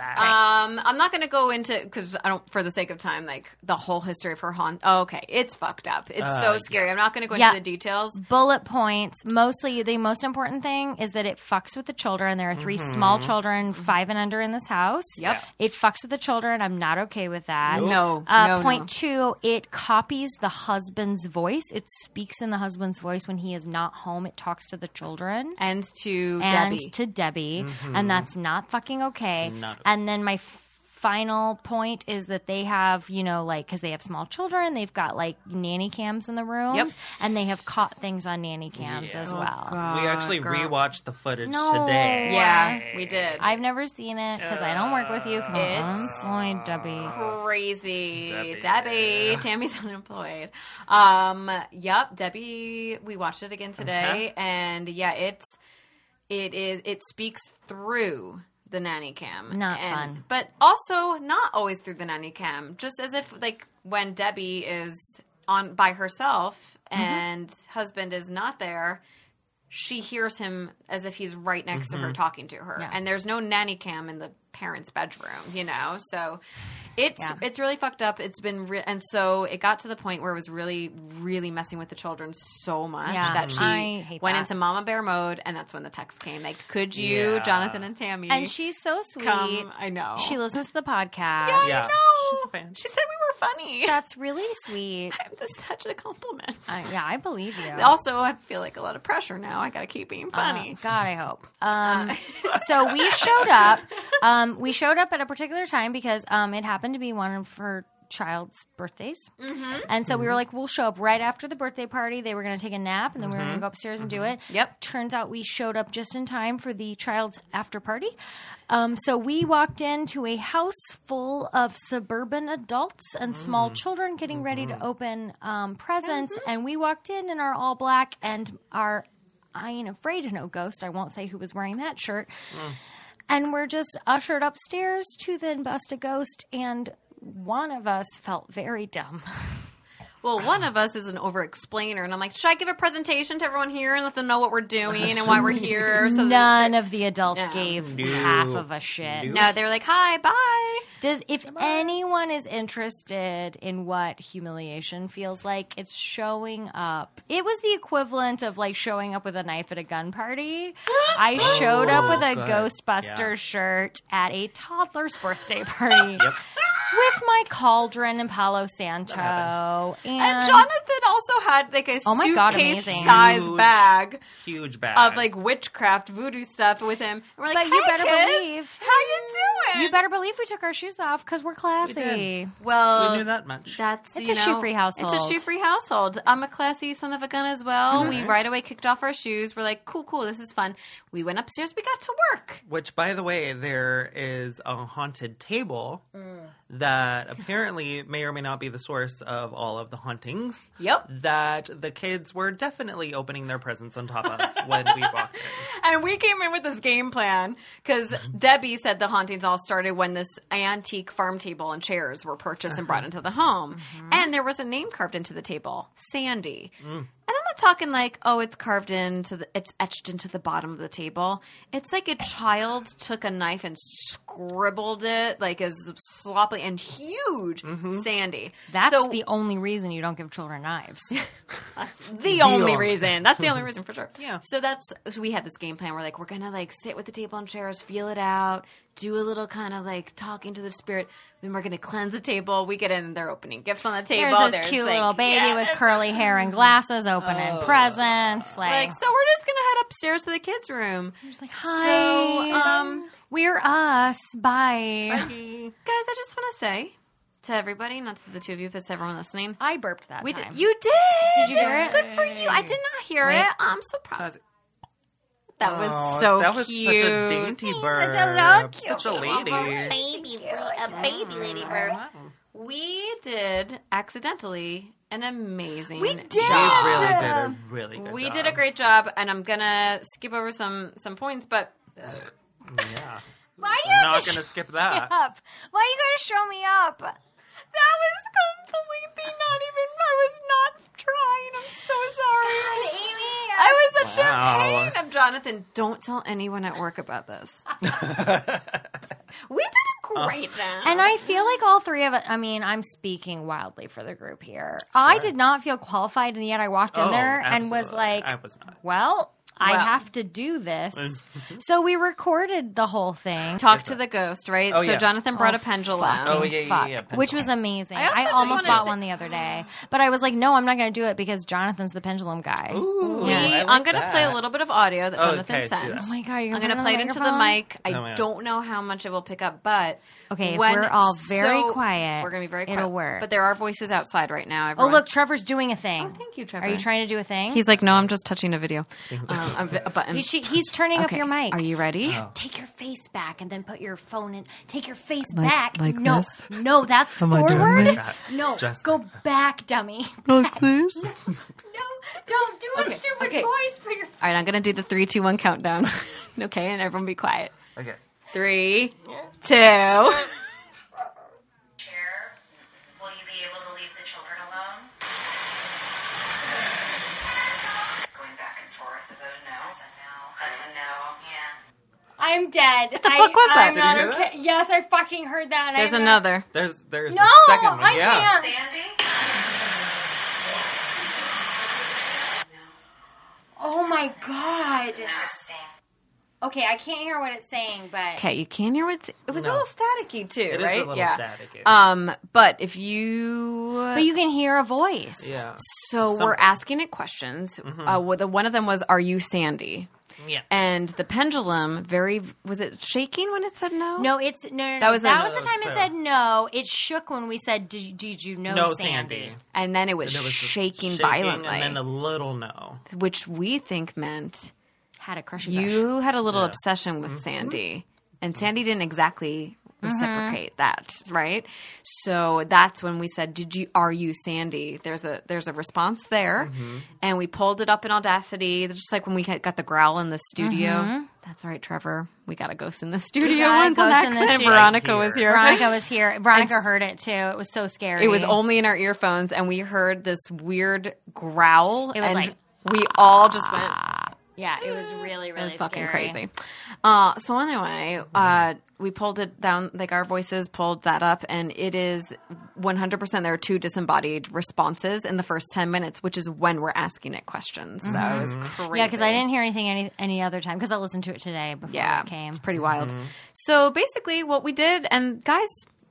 Speaker 2: Um, I'm not going to go into because I don't, for the sake of time, like the whole history of her haunt. Oh, okay, it's fucked up. It's
Speaker 3: Uh,
Speaker 2: so scary. I'm not going to go
Speaker 1: Yeah.
Speaker 2: into the details.
Speaker 1: Bullet points. Mostly, the most important thing is that it fucks with the children. There are 3 small children, five and under, in this house.
Speaker 2: Mm-hmm. Yep.
Speaker 1: It fucks with the children. I'm not okay with that.
Speaker 3: Nope.
Speaker 2: No,
Speaker 1: Uh,
Speaker 2: no,
Speaker 1: point
Speaker 2: no.
Speaker 1: two, it copies the husband's voice. It speaks in the husband's voice when he is not home. It talks to the children.
Speaker 2: and to
Speaker 1: and
Speaker 2: Debbie. Mm-hmm.
Speaker 1: to Debbie, and that's not fucking okay.
Speaker 3: Not okay.
Speaker 1: And then my f- final point is that they have, you know, like, because they have small children, they've got like nanny cams in the rooms, and they have caught things on nanny cams
Speaker 3: Yeah.
Speaker 1: as
Speaker 2: Oh,
Speaker 1: well.
Speaker 2: God,
Speaker 3: we actually
Speaker 2: girl.
Speaker 3: rewatched the footage
Speaker 1: No.
Speaker 3: today.
Speaker 1: Yeah,
Speaker 5: Yeah, we did.
Speaker 1: I've never seen it because I don't work with you. Cause
Speaker 2: It's-
Speaker 1: I'm unemployed, Debbie.
Speaker 2: crazy
Speaker 3: Debbie.
Speaker 2: Debbie. Tammy's unemployed. Um, yep, Debbie. We watched it again today, and yeah, it's it is it speaks through the nanny cam.
Speaker 1: Not
Speaker 2: and,
Speaker 1: fun.
Speaker 2: but also not always through the nanny cam. Just as if like when Debbie is on by herself
Speaker 1: Mm-hmm.
Speaker 2: and husband is not there. She hears him as if he's right next to her talking to her,
Speaker 1: Mm-hmm. Yeah.
Speaker 2: and there's no nanny cam in the parents' bedroom, you know. So it's
Speaker 1: Yeah.
Speaker 2: it's really fucked up. It's been re- and so it got to the point where it was really really messing with the children so much
Speaker 1: Yeah,
Speaker 2: that she
Speaker 1: I hate
Speaker 2: went
Speaker 1: that.
Speaker 2: into mama bear mode, and that's when the text came like, "Could you,
Speaker 3: Yeah.
Speaker 2: Jonathan and Tammy,
Speaker 1: And she's so sweet.
Speaker 2: come?" I know
Speaker 1: She listens to the podcast.
Speaker 2: I
Speaker 3: Yeah.
Speaker 2: know.
Speaker 3: She's a fan.
Speaker 2: She said we were funny.
Speaker 1: That's really sweet.
Speaker 2: That's such a compliment.
Speaker 1: I, yeah, I believe you.
Speaker 2: also, I feel like a lot of pressure now. I got to keep being
Speaker 1: Uh,
Speaker 2: funny.
Speaker 1: God, I hope. Um, so we showed up. Um, we showed up at a particular time because um, it happened to be one of her child's birthdays.
Speaker 2: mm-hmm.
Speaker 1: And so we were like, we'll show up right after the birthday party. They were going to take a nap and then we were going to go upstairs and do it.
Speaker 2: Mm-hmm. Yep.
Speaker 1: Turns out we showed up just in time for the child's after party. Um, so we walked into a house full of suburban adults and
Speaker 2: Mm.
Speaker 1: small children getting ready
Speaker 2: Mm-hmm.
Speaker 1: to open um, presents. And we walked in in our all black and our I ain't afraid of no ghost. I won't say who was wearing that shirt.
Speaker 2: Mm.
Speaker 1: And we're just ushered upstairs to then bust a ghost. And one of us felt very dumb.
Speaker 2: Well, one of us is an over explainer, and I'm like, should I give a presentation to everyone here and let them know what we're doing and why we're here? So that-
Speaker 1: None of the adults
Speaker 2: Yeah.
Speaker 1: gave
Speaker 3: No.
Speaker 1: half of a shit.
Speaker 3: No.
Speaker 2: no, they were like, hi, bye.
Speaker 1: Does if anyone is interested in what humiliation feels like, it's showing up. It was the equivalent of like showing up with a knife at a gun party. I showed up with a
Speaker 3: good.
Speaker 1: Ghostbuster
Speaker 3: Oh, Yeah.
Speaker 1: shirt at a toddler's birthday party. With my cauldron and Palo Santo and,
Speaker 2: And Jonathan also had like a
Speaker 1: Uh, Oh my God,
Speaker 2: suitcase
Speaker 1: amazing.
Speaker 2: size
Speaker 3: Huge.
Speaker 2: bag
Speaker 3: Huge bag
Speaker 2: of like witchcraft voodoo stuff with him. And we're like,
Speaker 1: But you
Speaker 2: "Hi,
Speaker 1: better
Speaker 2: kids.
Speaker 1: believe-
Speaker 2: How you doing?
Speaker 1: you better believe we took our shoes off because we're classy.
Speaker 3: did.
Speaker 2: Well,
Speaker 3: we knew that much.
Speaker 2: That's
Speaker 1: It's
Speaker 2: you
Speaker 1: a shoe
Speaker 2: know,
Speaker 1: free
Speaker 2: It's a
Speaker 1: household.
Speaker 2: shoe free household. I'm a classy son of a gun as well.
Speaker 3: Mm-hmm.
Speaker 2: We right away kicked off our shoes. We're like, cool, cool, this is fun. We went upstairs. We got to work.
Speaker 3: Which, by the way, there is a haunted table that apparently may or may not be the source of all of the hauntings.
Speaker 2: Yep.
Speaker 3: That the kids were definitely opening their presents on top of when we walked in.
Speaker 2: And we came in with this game plan because Debbie said the hauntings all started when this antique farm table and chairs were purchased and brought into the home. And there was a name carved into the table Sandy. And I'm not talking like, oh, it's carved into the, it's etched into the bottom of the table. It's like a child took a knife and scribbled it, like as sloppily and huge Sandy.
Speaker 1: That's
Speaker 2: So-
Speaker 1: the only reason you don't give children knives.
Speaker 2: the only
Speaker 3: only.
Speaker 2: reason. That's the only reason for sure.
Speaker 3: Yeah.
Speaker 2: So that's so we had this game plan. We're like, we're gonna like sit with the table and chairs, feel it out, do a little kind of like talking to the spirit. Then we're gonna cleanse the table. We get in, they're opening gifts on the table.
Speaker 1: There's this cute
Speaker 2: like-
Speaker 1: little baby
Speaker 2: Yeah,
Speaker 1: with
Speaker 2: there's-
Speaker 1: curly hair and glasses opening
Speaker 3: Oh.
Speaker 1: presents. Like,
Speaker 2: Like, so we're just gonna head upstairs to the kids' room.
Speaker 1: It's like,
Speaker 2: So,
Speaker 1: hi.
Speaker 2: um,
Speaker 1: we're us. Bye.
Speaker 2: guys, I just want to say to everybody, not to the two of you, but to everyone listening,
Speaker 1: I burped that
Speaker 2: we
Speaker 1: time.
Speaker 2: did. You did.
Speaker 1: Did you hear it?
Speaker 2: Good for you. I did not hear
Speaker 1: Wait.
Speaker 2: it. I'm so proud.
Speaker 3: That's-
Speaker 2: That
Speaker 3: Aw,
Speaker 2: was so
Speaker 3: That was
Speaker 2: cute.
Speaker 3: such a dainty bird. Such a lady.
Speaker 2: baby, a baby lady bird. We did accidentally an amazing.
Speaker 1: We did!
Speaker 3: She
Speaker 2: job.
Speaker 3: really did a really good
Speaker 2: We
Speaker 3: job.
Speaker 2: did a great job, and I'm gonna skip over some some points, but
Speaker 3: Yeah.
Speaker 1: Why do you
Speaker 3: I'm
Speaker 1: have
Speaker 3: not
Speaker 1: to
Speaker 3: going to skip
Speaker 1: show me
Speaker 3: that.
Speaker 1: up? Why you gotta show me up?
Speaker 2: that was completely not even. I was not trying. I'm so sorry. I was such
Speaker 3: Wow.
Speaker 2: a pain. I'm Jonathan. Don't tell anyone at work about this. we did a great
Speaker 3: Uh-huh.
Speaker 2: job.
Speaker 1: And I feel like all three of us. I mean, I'm speaking wildly for the group here. I did not feel qualified, and yet I walked in
Speaker 3: Oh,
Speaker 1: there and was
Speaker 3: absolutely.
Speaker 1: like,
Speaker 3: I was not.
Speaker 1: "Well, I
Speaker 2: Wow.
Speaker 1: have to do this. so we recorded the whole thing,
Speaker 2: Talk to the ghost, right?
Speaker 3: Oh,
Speaker 2: so
Speaker 3: yeah.
Speaker 2: Jonathan brought
Speaker 1: Oh,
Speaker 2: a pendulum.
Speaker 1: fuck.
Speaker 3: Oh yeah, yeah, yeah. yeah,
Speaker 1: which was
Speaker 3: pendulum.
Speaker 1: amazing.
Speaker 2: I also
Speaker 1: I,
Speaker 2: just
Speaker 1: almost
Speaker 2: wanna
Speaker 1: bought
Speaker 2: say-
Speaker 1: one the other day, but I was like, no, I'm not going to do it because Jonathan's the pendulum guy.
Speaker 3: Ooh,
Speaker 2: We,
Speaker 3: I like
Speaker 2: I'm going to
Speaker 3: that.
Speaker 2: play a little bit of audio that
Speaker 3: Oh,
Speaker 2: Jonathan
Speaker 3: okay, do
Speaker 2: sent.
Speaker 3: that.
Speaker 1: Oh my god, you're
Speaker 2: I'm going to
Speaker 1: put
Speaker 2: play it into the mic. I
Speaker 3: Oh my God.
Speaker 2: don't know how much it will pick up, but
Speaker 1: Okay, if
Speaker 2: when-
Speaker 1: we're all very
Speaker 2: so-
Speaker 1: quiet,
Speaker 2: We're going to be very quiet.
Speaker 1: it'll work.
Speaker 2: But there are voices outside right now.
Speaker 1: Oh
Speaker 2: Everyone.
Speaker 1: look, Trevor's doing a thing.
Speaker 2: Oh, thank you, Trevor.
Speaker 1: Are you trying to do a thing?
Speaker 2: He's like, no, I'm just touching a video, um, a, a button.
Speaker 1: You should- he's turning up
Speaker 2: Okay,
Speaker 1: your mic.
Speaker 2: Are you ready?
Speaker 3: Oh.
Speaker 1: Take your face back and then put your phone in. Take your face
Speaker 2: Like-
Speaker 1: back.
Speaker 2: like
Speaker 1: no,
Speaker 2: this?
Speaker 1: no, that's
Speaker 3: Am I just
Speaker 1: forward.
Speaker 3: like that?
Speaker 1: No,
Speaker 3: Just
Speaker 1: go
Speaker 3: like
Speaker 1: back, dummy.
Speaker 2: Like this.
Speaker 1: No, don't do a
Speaker 2: Okay,
Speaker 1: stupid
Speaker 2: okay.
Speaker 1: voice for your.
Speaker 2: All right, I'm gonna do the three, two, one countdown. okay, and everyone be quiet.
Speaker 3: Okay.
Speaker 2: Three, two.
Speaker 5: chair, will you be able to leave the children alone? Going back and forth, is that a no? That's a no. That's a no, yeah.
Speaker 1: I'm dead. What
Speaker 2: the fuck was that?
Speaker 1: I'm
Speaker 2: Did
Speaker 3: you
Speaker 1: not
Speaker 3: hear
Speaker 1: okay. Yes, I fucking heard that. and
Speaker 2: There's
Speaker 1: I'm not-
Speaker 2: another.
Speaker 3: There's there's
Speaker 1: No,
Speaker 3: a second one.
Speaker 1: I
Speaker 3: yeah.
Speaker 1: can't.
Speaker 5: Sandy?
Speaker 1: Oh my god.
Speaker 5: Interesting.
Speaker 1: Okay, I can't hear what it's saying, but
Speaker 2: Okay, you can hear what's. It was a
Speaker 3: No.
Speaker 2: little staticky too,
Speaker 3: It is
Speaker 2: right?
Speaker 3: a little
Speaker 2: yeah.
Speaker 3: staticky.
Speaker 2: Um, but if you,
Speaker 1: but you can hear a voice.
Speaker 3: yeah.
Speaker 2: so
Speaker 3: Some- Mm-hmm.
Speaker 2: we're asking it questions. Uh, well, the, one of them was, "Are you Sandy?"
Speaker 3: Yeah.
Speaker 2: And the pendulum very was it shaking when it said no?
Speaker 1: No, it's no, no. no,
Speaker 2: That
Speaker 1: no.
Speaker 2: was
Speaker 1: that
Speaker 2: a-
Speaker 1: was the
Speaker 3: that was
Speaker 1: time it
Speaker 3: better.
Speaker 1: said no. It shook when we said, "Did, did you know
Speaker 3: no,
Speaker 1: Sandy?"
Speaker 3: Sandy.
Speaker 2: And then it was,
Speaker 3: There was the
Speaker 2: shaking,
Speaker 3: shaking
Speaker 2: violently,
Speaker 3: and then a little no.
Speaker 2: which we think meant
Speaker 1: Had a crush. and crush.
Speaker 2: you had a little
Speaker 3: Yeah.
Speaker 2: obsession
Speaker 1: Mm-hmm.
Speaker 2: with Sandy, and Sandy didn't exactly reciprocate that, right? So that's when we said, "Did you are you Sandy?" There's a there's a response there,
Speaker 1: Mm-hmm.
Speaker 2: and we pulled it up in Audacity, just like when we got the growl in the studio. That's all right, Trevor. We got a ghost in the
Speaker 1: Mm-hmm.
Speaker 2: studio
Speaker 1: got a
Speaker 2: once on
Speaker 1: ghost in the
Speaker 2: accident.
Speaker 1: studio.
Speaker 2: Veronica was here.
Speaker 1: Veronica was here. Veronica heard it too. It was so scary.
Speaker 2: It was only in our earphones, and we heard this weird growl.
Speaker 1: It was
Speaker 2: and
Speaker 1: like, "Ah."
Speaker 2: we all just went.
Speaker 1: Yeah, it was really, really
Speaker 2: It was fucking
Speaker 1: scary.
Speaker 2: crazy. Uh, so anyway, uh, we pulled it down, like our voices pulled that up, and it is 100%. There are two disembodied responses in the first 10 minutes, which is when we're asking it questions. So it was crazy.
Speaker 1: Mm-hmm. Yeah, because I didn't hear anything any any other time because I listened to it today before
Speaker 2: Yeah,
Speaker 1: it came.
Speaker 2: it's pretty wild.
Speaker 3: Mm-hmm.
Speaker 2: So basically, what we did, and guys.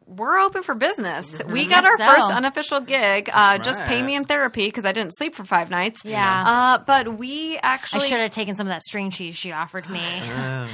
Speaker 2: We're open for business. We got our
Speaker 1: Guess so.
Speaker 2: first unofficial gig. Uh, just pay
Speaker 3: right.
Speaker 2: me in therapy because I didn't sleep for five nights.
Speaker 1: Yeah.
Speaker 2: Uh, but we actually
Speaker 1: I should have taken some of that string cheese she offered me.
Speaker 3: Oh, yeah.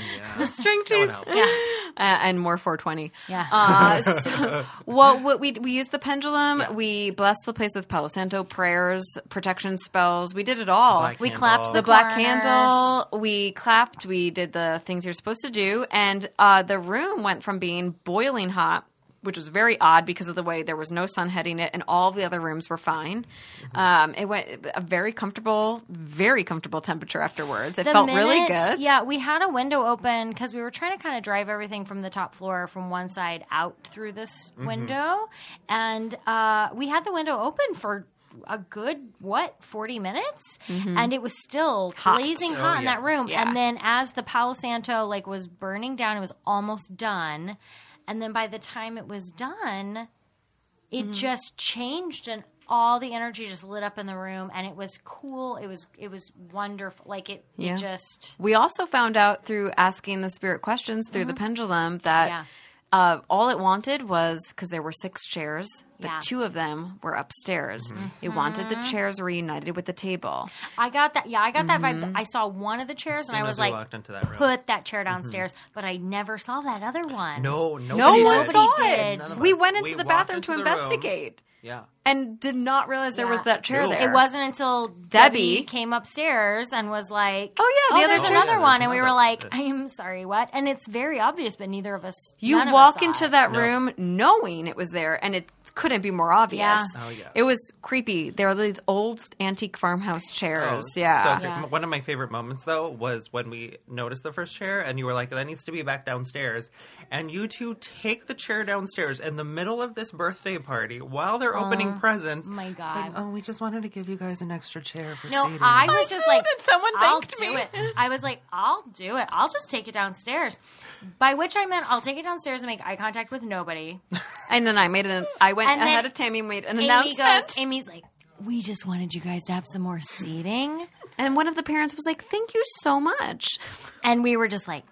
Speaker 2: string
Speaker 3: would
Speaker 2: cheese.
Speaker 3: help.
Speaker 1: Yeah.
Speaker 2: Uh, and more 420.
Speaker 1: Yeah.
Speaker 2: Uh, so what, what we we used the pendulum. We blessed the place with Palo Santo prayers, protection spells. We did it all.
Speaker 3: Black
Speaker 1: we
Speaker 3: candle.
Speaker 1: clapped
Speaker 2: the
Speaker 1: the
Speaker 2: black
Speaker 1: Corners.
Speaker 2: candle. We clapped. We did the things you're supposed to do, and uh, the room went from being boiling hot. Which was very odd because of the way there was no sun heading it, and all the other rooms were fine. Um, it went a very comfortable, very comfortable temperature afterwards. It
Speaker 1: The
Speaker 2: felt really
Speaker 1: minute-
Speaker 2: good.
Speaker 1: Yeah, we had a window open because we were trying to kind of drive everything from the top floor from one side out through this
Speaker 2: Mm-hmm.
Speaker 1: window, and uh, we had the window open for a good what 40 minutes and it was still
Speaker 2: Mm-hmm. Hot.
Speaker 1: blazing
Speaker 2: Oh,
Speaker 1: hot in
Speaker 3: yeah.
Speaker 1: that room
Speaker 2: Yeah.
Speaker 1: and then as the palo santo like was burning down it was almost done and then by the time it was done it
Speaker 2: Mm-hmm.
Speaker 1: just changed and all the energy just lit up in the room and it was cool it was it was wonderful like it,
Speaker 2: Yeah.
Speaker 1: it just
Speaker 2: We also found out through asking the spirit questions through the pendulum
Speaker 1: Mm-hmm.
Speaker 2: that
Speaker 1: Yeah.
Speaker 2: uh, all it wanted was because there were six chairs, but
Speaker 1: Yeah. Mm-hmm.
Speaker 2: two of them were upstairs.
Speaker 3: Mm-hmm.
Speaker 2: It wanted the chairs reunited with the table.
Speaker 1: i got that yeah i got that vibe
Speaker 2: Mm-hmm.
Speaker 1: i saw one of the chairs and i
Speaker 3: soon
Speaker 1: was
Speaker 3: as we
Speaker 1: like
Speaker 3: walked into that room.
Speaker 1: put that chair
Speaker 2: Mm-hmm.
Speaker 1: downstairs but i never saw that other one
Speaker 3: No, nobody
Speaker 2: No one
Speaker 3: did.
Speaker 2: saw
Speaker 1: did.
Speaker 3: None
Speaker 2: it.
Speaker 3: of
Speaker 2: We
Speaker 3: us.
Speaker 2: went into
Speaker 3: We
Speaker 2: the
Speaker 3: walked
Speaker 2: bathroom
Speaker 3: into
Speaker 2: to
Speaker 3: the room.
Speaker 2: investigate
Speaker 3: Yeah.
Speaker 2: and did not realize there was
Speaker 1: Yeah.
Speaker 2: that chair
Speaker 3: Ew.
Speaker 2: there.
Speaker 1: it wasn't until
Speaker 2: Debbie-
Speaker 1: Debbie, came upstairs and was like,
Speaker 2: Oh, yeah, the
Speaker 1: oh,
Speaker 2: other
Speaker 1: there's
Speaker 2: chair's
Speaker 1: another
Speaker 3: there.
Speaker 1: one," and we were
Speaker 3: Another-
Speaker 1: like, "I am sorry, what?" And it's very obvious, but neither of us.
Speaker 2: You
Speaker 1: none of us
Speaker 2: walk
Speaker 1: saw
Speaker 2: into
Speaker 1: it.
Speaker 2: that
Speaker 3: No.
Speaker 2: room knowing it was there, and it couldn't be more obvious.
Speaker 1: Yeah.
Speaker 3: Oh, yeah.
Speaker 2: It was creepy. There were these old antique farmhouse
Speaker 3: Oh,
Speaker 2: chairs.
Speaker 3: so
Speaker 2: yeah.
Speaker 3: good.
Speaker 1: Yeah.
Speaker 3: M- One of my favorite moments though was when we noticed the first chair and you were like, that needs to be back downstairs. And you two take the chair downstairs in the middle of this birthday party while they're opening presents.
Speaker 1: my
Speaker 3: It's like,
Speaker 1: God.
Speaker 3: oh, we just wanted to give you guys an extra chair for
Speaker 1: No,
Speaker 3: seating.
Speaker 1: I was just like,
Speaker 2: and someone
Speaker 1: I'll
Speaker 2: thanked
Speaker 1: do
Speaker 2: me."
Speaker 1: it. I was like, I'll do it. I'll just take it downstairs. By which I meant, I'll take it downstairs and make eye contact with nobody.
Speaker 2: And then I made an. I went
Speaker 1: And then
Speaker 2: ahead of Tammy, and made an
Speaker 1: Amy
Speaker 2: announcement.
Speaker 1: goes, Amy's like, we just wanted you guys to have some more seating.
Speaker 2: And one of the parents was like, "Thank you so much."
Speaker 1: and we were just like,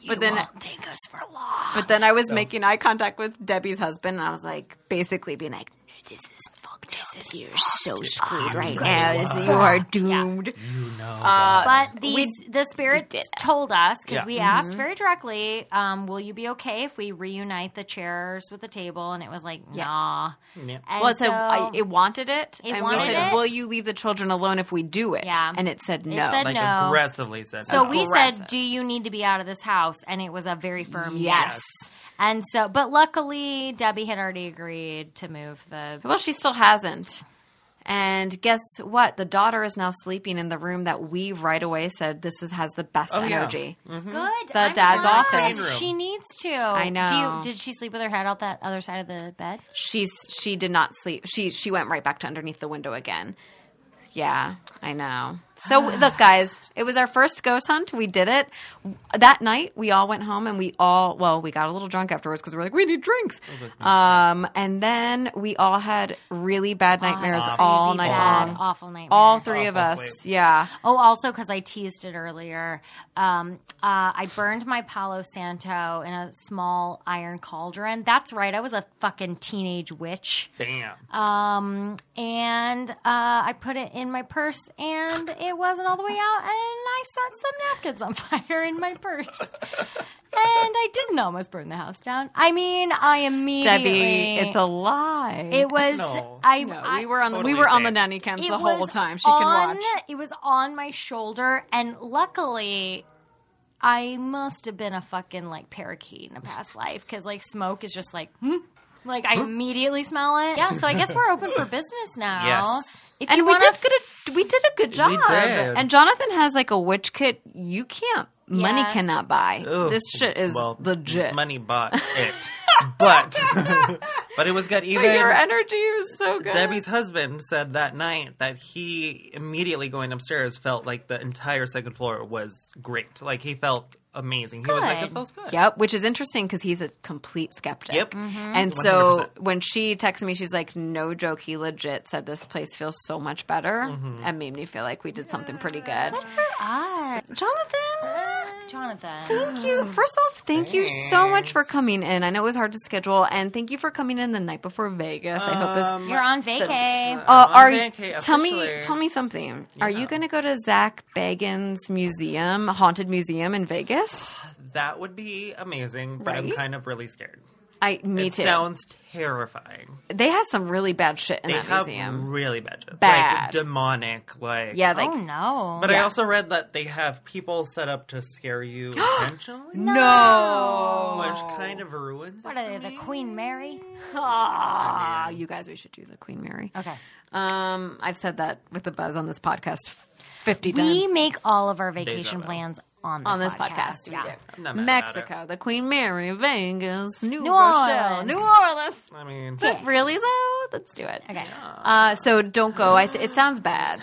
Speaker 1: you
Speaker 2: then-
Speaker 1: won't thank us for long.
Speaker 2: But then I was making eye contact with Debbie's husband, and I was like, basically being like, "This is fucked. This is you're so screwed right now. This- you are doomed."
Speaker 6: You know.
Speaker 2: Uh,
Speaker 1: But the the spirit told us because
Speaker 3: Yeah.
Speaker 1: we
Speaker 2: Mm-hmm.
Speaker 1: asked very directly, um, "Will you be okay if we reunite the chairs with the table?" And it was like, "Nah."
Speaker 3: Yeah.
Speaker 1: And
Speaker 2: Well, so,
Speaker 1: so-
Speaker 2: I, it wanted it,
Speaker 1: It
Speaker 2: and
Speaker 1: wanted
Speaker 2: we said,
Speaker 1: it.
Speaker 2: "Will you leave the children alone if we do it?"
Speaker 1: Yeah.
Speaker 2: and it said
Speaker 1: It
Speaker 2: no.
Speaker 1: said-
Speaker 3: like
Speaker 1: No.
Speaker 3: aggressively said. "Oh,
Speaker 1: so
Speaker 3: no.
Speaker 1: we
Speaker 2: Aggressive.
Speaker 1: said, "Do you need to be out of this house?" And it was a very firm yes.
Speaker 2: Yes.
Speaker 1: And so, but luckily, Debbie had already agreed to move the.
Speaker 2: well, she still hasn't. And guess what? The daughter is now sleeping in the room that we right away said this is has the best
Speaker 3: Oh, yeah.
Speaker 2: energy.
Speaker 1: Good.
Speaker 2: Mm-hmm. The dad's
Speaker 1: glad.
Speaker 2: office.
Speaker 3: Room.
Speaker 1: She needs to.
Speaker 2: I
Speaker 1: Do you,
Speaker 2: know.
Speaker 1: did she sleep with her head out that other side of the bed?
Speaker 2: She's she did not sleep. She she went right back to underneath the window again. Yeah, I know. So look, guys, it was our first ghost hunt. We did it that night. We all went home and we all well, we got a little drunk afterwards because we were like, we need drinks.
Speaker 3: Oh,
Speaker 2: Um, and then we all had really
Speaker 3: Ah,
Speaker 2: bad nightmares
Speaker 1: Crazy
Speaker 2: all night
Speaker 1: bad,
Speaker 2: long.
Speaker 1: Awful nightmares.
Speaker 2: All three of us.
Speaker 3: Awful sleep.
Speaker 2: Yeah.
Speaker 1: Oh, also because I teased it earlier. Um, uh, I burned my Palo Santo in a small iron cauldron. That's right. I was a fucking teenage witch.
Speaker 3: Damn.
Speaker 1: Um, and uh, I put it in my purse, and it wasn't all the way out. And I set some napkins on fire in my purse. And I didn't almost burn the house down. I mean, I immediately.
Speaker 2: Debbie, it's a lie.
Speaker 1: It was.
Speaker 3: No.
Speaker 1: I,
Speaker 2: no,
Speaker 1: I
Speaker 2: we were on
Speaker 3: Totally
Speaker 2: we were on the
Speaker 3: safe.
Speaker 2: nanny cams
Speaker 1: it
Speaker 2: the whole
Speaker 1: was
Speaker 2: time. She
Speaker 1: on-
Speaker 2: can watch.
Speaker 1: It was on my shoulder, and luckily, I must have been a fucking like parakeet in a past life because like smoke is just like, hmm? like I immediately smell it. Yeah, so I guess we're open for business now.
Speaker 3: Yes.
Speaker 1: If
Speaker 2: and
Speaker 1: you
Speaker 2: we
Speaker 1: wanna
Speaker 2: did good. A, we did a good job.
Speaker 3: did.
Speaker 2: And Jonathan has like a witch kit. You can't. Money
Speaker 1: Yeah.
Speaker 2: cannot buy.
Speaker 3: Ugh.
Speaker 2: This shit is
Speaker 3: well,
Speaker 2: legit.
Speaker 3: Money bought it, but but it was good. Even
Speaker 2: Your energy is so good.
Speaker 3: Debbie's husband said that night that he immediately going upstairs felt like the entire second floor was great. Like he felt amazing. He was like,
Speaker 1: Good.
Speaker 3: it feels good.
Speaker 2: Yep, Mm-hmm. which is interesting because he's a complete skeptic.
Speaker 3: Yep.
Speaker 1: Mm-hmm.
Speaker 2: And so
Speaker 3: 100%.
Speaker 2: when she texted me, she's like, "No joke, he legit said this place feels so much better."
Speaker 3: Mm-hmm.
Speaker 2: And made me feel like we did something pretty good.
Speaker 1: Ah,
Speaker 2: Jonathan,
Speaker 1: Uh, Jonathan.
Speaker 2: Thank you. First off, thank you so much for coming in. I know it was hard to schedule, and thank you for coming in the night before Vegas. I hope this.
Speaker 3: Um,
Speaker 1: You're on vacay.
Speaker 3: I'm
Speaker 2: Uh,
Speaker 3: on
Speaker 2: are you,
Speaker 3: vacay
Speaker 2: tell me
Speaker 3: officially.
Speaker 2: tell me something. Are you going to go to Zach Bagans Museum, haunted museum in Vegas?
Speaker 3: that would be amazing, but I'm
Speaker 2: Right?
Speaker 3: kind of really scared.
Speaker 2: I me
Speaker 3: it
Speaker 2: too.
Speaker 3: sounds terrifying.
Speaker 2: they have some really bad shit in
Speaker 3: They
Speaker 2: that
Speaker 3: have
Speaker 2: museum.
Speaker 3: really bad, shit. like
Speaker 2: Bad.
Speaker 3: demonic, like
Speaker 2: yeah, like
Speaker 1: oh no!
Speaker 3: But I
Speaker 2: Yeah.
Speaker 3: also read that they have people set up to scare you intentionally,
Speaker 2: no.
Speaker 3: which kind of ruins.
Speaker 1: what
Speaker 3: it
Speaker 1: are they?
Speaker 3: for
Speaker 1: The
Speaker 3: me.
Speaker 1: Queen Mary?
Speaker 2: Ah, you guys, we should do the Queen Mary.
Speaker 1: Okay.
Speaker 2: Um, I've said that with the buzz on this podcast fifty times.
Speaker 1: We make all of our vacation
Speaker 3: vu.
Speaker 1: plans on this
Speaker 2: on this
Speaker 1: podcast.
Speaker 2: podcast,
Speaker 1: Yeah.
Speaker 3: I'm not mad about it.
Speaker 2: Mexico, the Queen Mary, Vegas, New,
Speaker 1: New
Speaker 2: Rochelle,
Speaker 1: Orleans.
Speaker 2: New Orleans.
Speaker 3: I mean,
Speaker 2: Really though, let's do it.
Speaker 1: Okay.
Speaker 2: Uh, so don't go. I th- it sounds bad.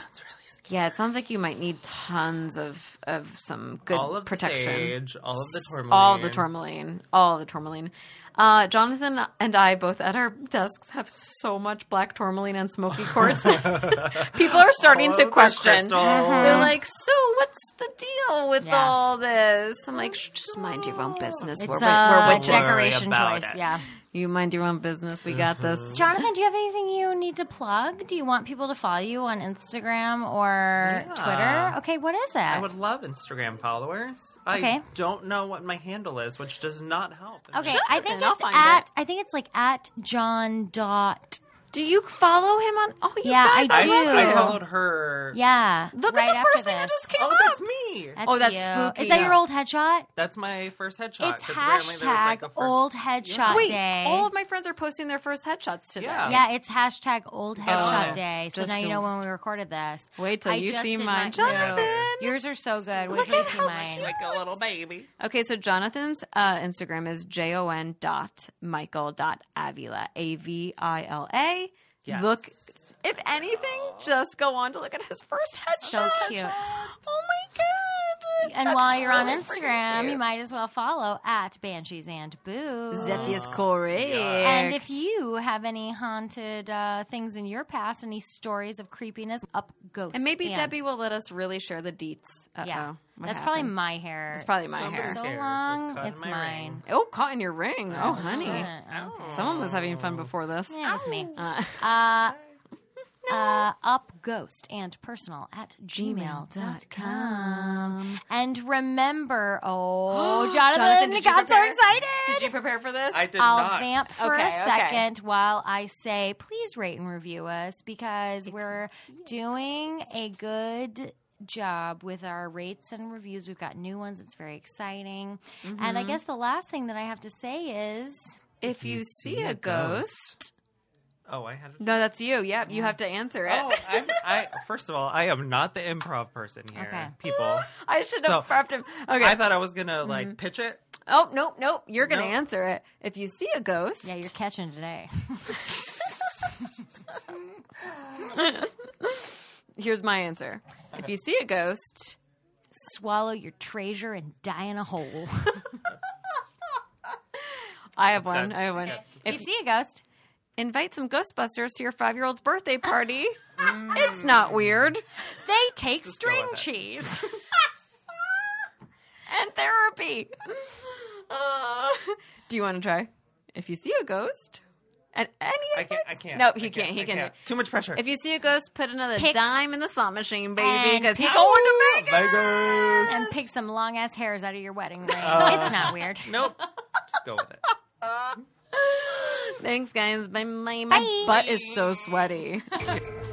Speaker 2: Yeah, it sounds like you might need tons of of some good
Speaker 3: all of the
Speaker 2: protection.
Speaker 3: sage, all of the tourmaline,
Speaker 2: all the tourmaline, all the tourmaline. Uh, Jonathan and I both at our desks have so much black tourmaline and smoky quartz. People are starting
Speaker 3: All
Speaker 2: to
Speaker 3: of the
Speaker 2: question.
Speaker 3: crystals.
Speaker 1: Uh-huh.
Speaker 2: They're like, so what's the deal with
Speaker 1: Yeah.
Speaker 2: all this? I'm like, Shh, just mind your
Speaker 3: Oh,
Speaker 2: own business.
Speaker 1: It's
Speaker 2: we're, wi-
Speaker 1: a
Speaker 2: we're witches.
Speaker 3: worry
Speaker 1: decoration
Speaker 3: about
Speaker 1: choice.
Speaker 3: it.
Speaker 1: Yeah.
Speaker 2: You mind your own business. We got this.
Speaker 3: Mm-hmm.
Speaker 1: Jonathan, do you have anything you need to plug? Do you want people to follow you on Instagram or
Speaker 3: Yeah.
Speaker 1: Twitter? Okay, what is it?
Speaker 3: I would love Instagram followers. I
Speaker 1: Okay.
Speaker 3: don't know what my handle is, which does not help.
Speaker 1: okay,
Speaker 2: Sure,
Speaker 1: I think
Speaker 2: then I'll
Speaker 1: it's
Speaker 2: find
Speaker 1: at
Speaker 2: it.
Speaker 1: I think it's like at John dot.
Speaker 2: Do you follow him on? Oh, you
Speaker 1: Yeah,
Speaker 2: guys,
Speaker 1: I
Speaker 3: I,
Speaker 1: do.
Speaker 3: I followed her.
Speaker 1: Yeah,
Speaker 2: Look
Speaker 1: right
Speaker 2: at the
Speaker 1: after
Speaker 2: first thing
Speaker 1: this.
Speaker 2: that just came
Speaker 3: Oh,
Speaker 2: up.
Speaker 3: that's me.
Speaker 2: Oh, that's
Speaker 1: you.
Speaker 2: spooky.
Speaker 1: Is that your old headshot?
Speaker 3: That's my first headshot.
Speaker 1: it's
Speaker 3: 'cause apparently there was,
Speaker 1: hashtag
Speaker 3: like, a first-
Speaker 1: old headshot
Speaker 2: Wait,
Speaker 1: day.
Speaker 2: all of my friends are posting their first headshots today.
Speaker 3: Yeah.
Speaker 1: yeah, it's hashtag old headshot
Speaker 3: it.
Speaker 1: day. So
Speaker 2: Oh, Just
Speaker 1: now you
Speaker 2: do-
Speaker 1: know when we recorded this.
Speaker 2: Wait till
Speaker 1: I
Speaker 2: you
Speaker 1: just
Speaker 2: see
Speaker 1: did
Speaker 2: mine,
Speaker 1: mine.
Speaker 2: Jonathan.
Speaker 1: Yours are so good. Wait
Speaker 2: Look
Speaker 1: till you
Speaker 2: at
Speaker 1: see
Speaker 2: how
Speaker 1: mine.
Speaker 3: Like a little baby.
Speaker 2: Okay, so Jonathan's uh, Instagram is j o n dot michael dot avila a v i l a.
Speaker 3: Yes.
Speaker 2: Look, if anything, just go on to look at his first headshot.
Speaker 1: cute.
Speaker 2: Oh my god!
Speaker 1: And while you're on Instagram, you might as well follow at Banshees and Boo.
Speaker 2: That is correct.
Speaker 1: And if you have any haunted uh, things in your past, any stories of creepiness, up ghost.
Speaker 2: and maybe Debbie will let us really share the deets. Uh-oh.
Speaker 1: Yeah,
Speaker 2: What
Speaker 1: that's probably
Speaker 2: happened?
Speaker 1: my hair.
Speaker 2: It's probably my
Speaker 1: Somebody's
Speaker 2: hair.
Speaker 1: So
Speaker 3: hair was
Speaker 1: long,
Speaker 3: caught in
Speaker 1: it's
Speaker 3: my
Speaker 1: mine.
Speaker 3: ring.
Speaker 2: Oh, caught in your ring. Oh, honey.
Speaker 1: Yeah, okay.
Speaker 2: Someone was having fun before this.
Speaker 1: Yeah, it was me.
Speaker 2: Uh,
Speaker 1: Uh, uh, up ghost and personal at gmail.com. And remember, oh, Jonathan,
Speaker 2: did you
Speaker 1: got so
Speaker 2: prepare?
Speaker 1: excited.
Speaker 2: Did you prepare for this?
Speaker 3: I did
Speaker 1: I'll
Speaker 3: not.
Speaker 1: vamp for
Speaker 2: Okay,
Speaker 1: a
Speaker 2: okay.
Speaker 1: second while I say, please rate and review us because we're doing a good job with our rates and reviews. We've got new ones. It's very exciting. And I
Speaker 2: Mm-hmm.
Speaker 1: guess the last thing that I have to say is
Speaker 2: if you see a ghost.
Speaker 3: Oh, I had.
Speaker 2: No, that's you. Yep, you have to answer it.
Speaker 3: Oh, I'm, I first of all, I am not the improv person here.
Speaker 1: Okay.
Speaker 3: People,
Speaker 2: I should
Speaker 3: So-
Speaker 2: have prepped him. Okay.
Speaker 3: I thought I was gonna like
Speaker 1: Mm-hmm.
Speaker 3: pitch it.
Speaker 2: oh, nope, nope. You're going to
Speaker 3: No.
Speaker 2: answer it. If you see a ghost.
Speaker 1: yeah, you're catching today.
Speaker 2: Here's my answer. If you see a ghost,
Speaker 1: Swallow your treasure and die in a hole.
Speaker 2: I have
Speaker 3: That's
Speaker 2: one.
Speaker 3: good.
Speaker 2: I have one.
Speaker 3: Okay.
Speaker 1: if
Speaker 2: If
Speaker 1: you see a ghost,
Speaker 2: invite some Ghostbusters to your five year old's birthday party,
Speaker 3: Mm.
Speaker 2: it's not weird.
Speaker 1: they take string
Speaker 3: with it.
Speaker 1: cheese.
Speaker 2: And therapy. Uh, do you want to try? If you see a ghost, and any of
Speaker 3: I can't.
Speaker 2: us-
Speaker 3: I can't.
Speaker 2: No,
Speaker 3: I
Speaker 2: he can't. He
Speaker 3: I
Speaker 2: can't.
Speaker 3: Too much pressure.
Speaker 2: If you see a ghost, put another
Speaker 1: Picks.
Speaker 2: dime in the slot machine, baby,
Speaker 1: And
Speaker 2: because he
Speaker 1: picks.
Speaker 2: going to Vegas.
Speaker 3: Vegas.
Speaker 1: and pick some long ass hairs out of your wedding ring.
Speaker 3: Uh,
Speaker 1: it's not weird.
Speaker 3: Nope. Just go with it.
Speaker 2: Thanks, guys. Bye. My, my butt is so sweaty.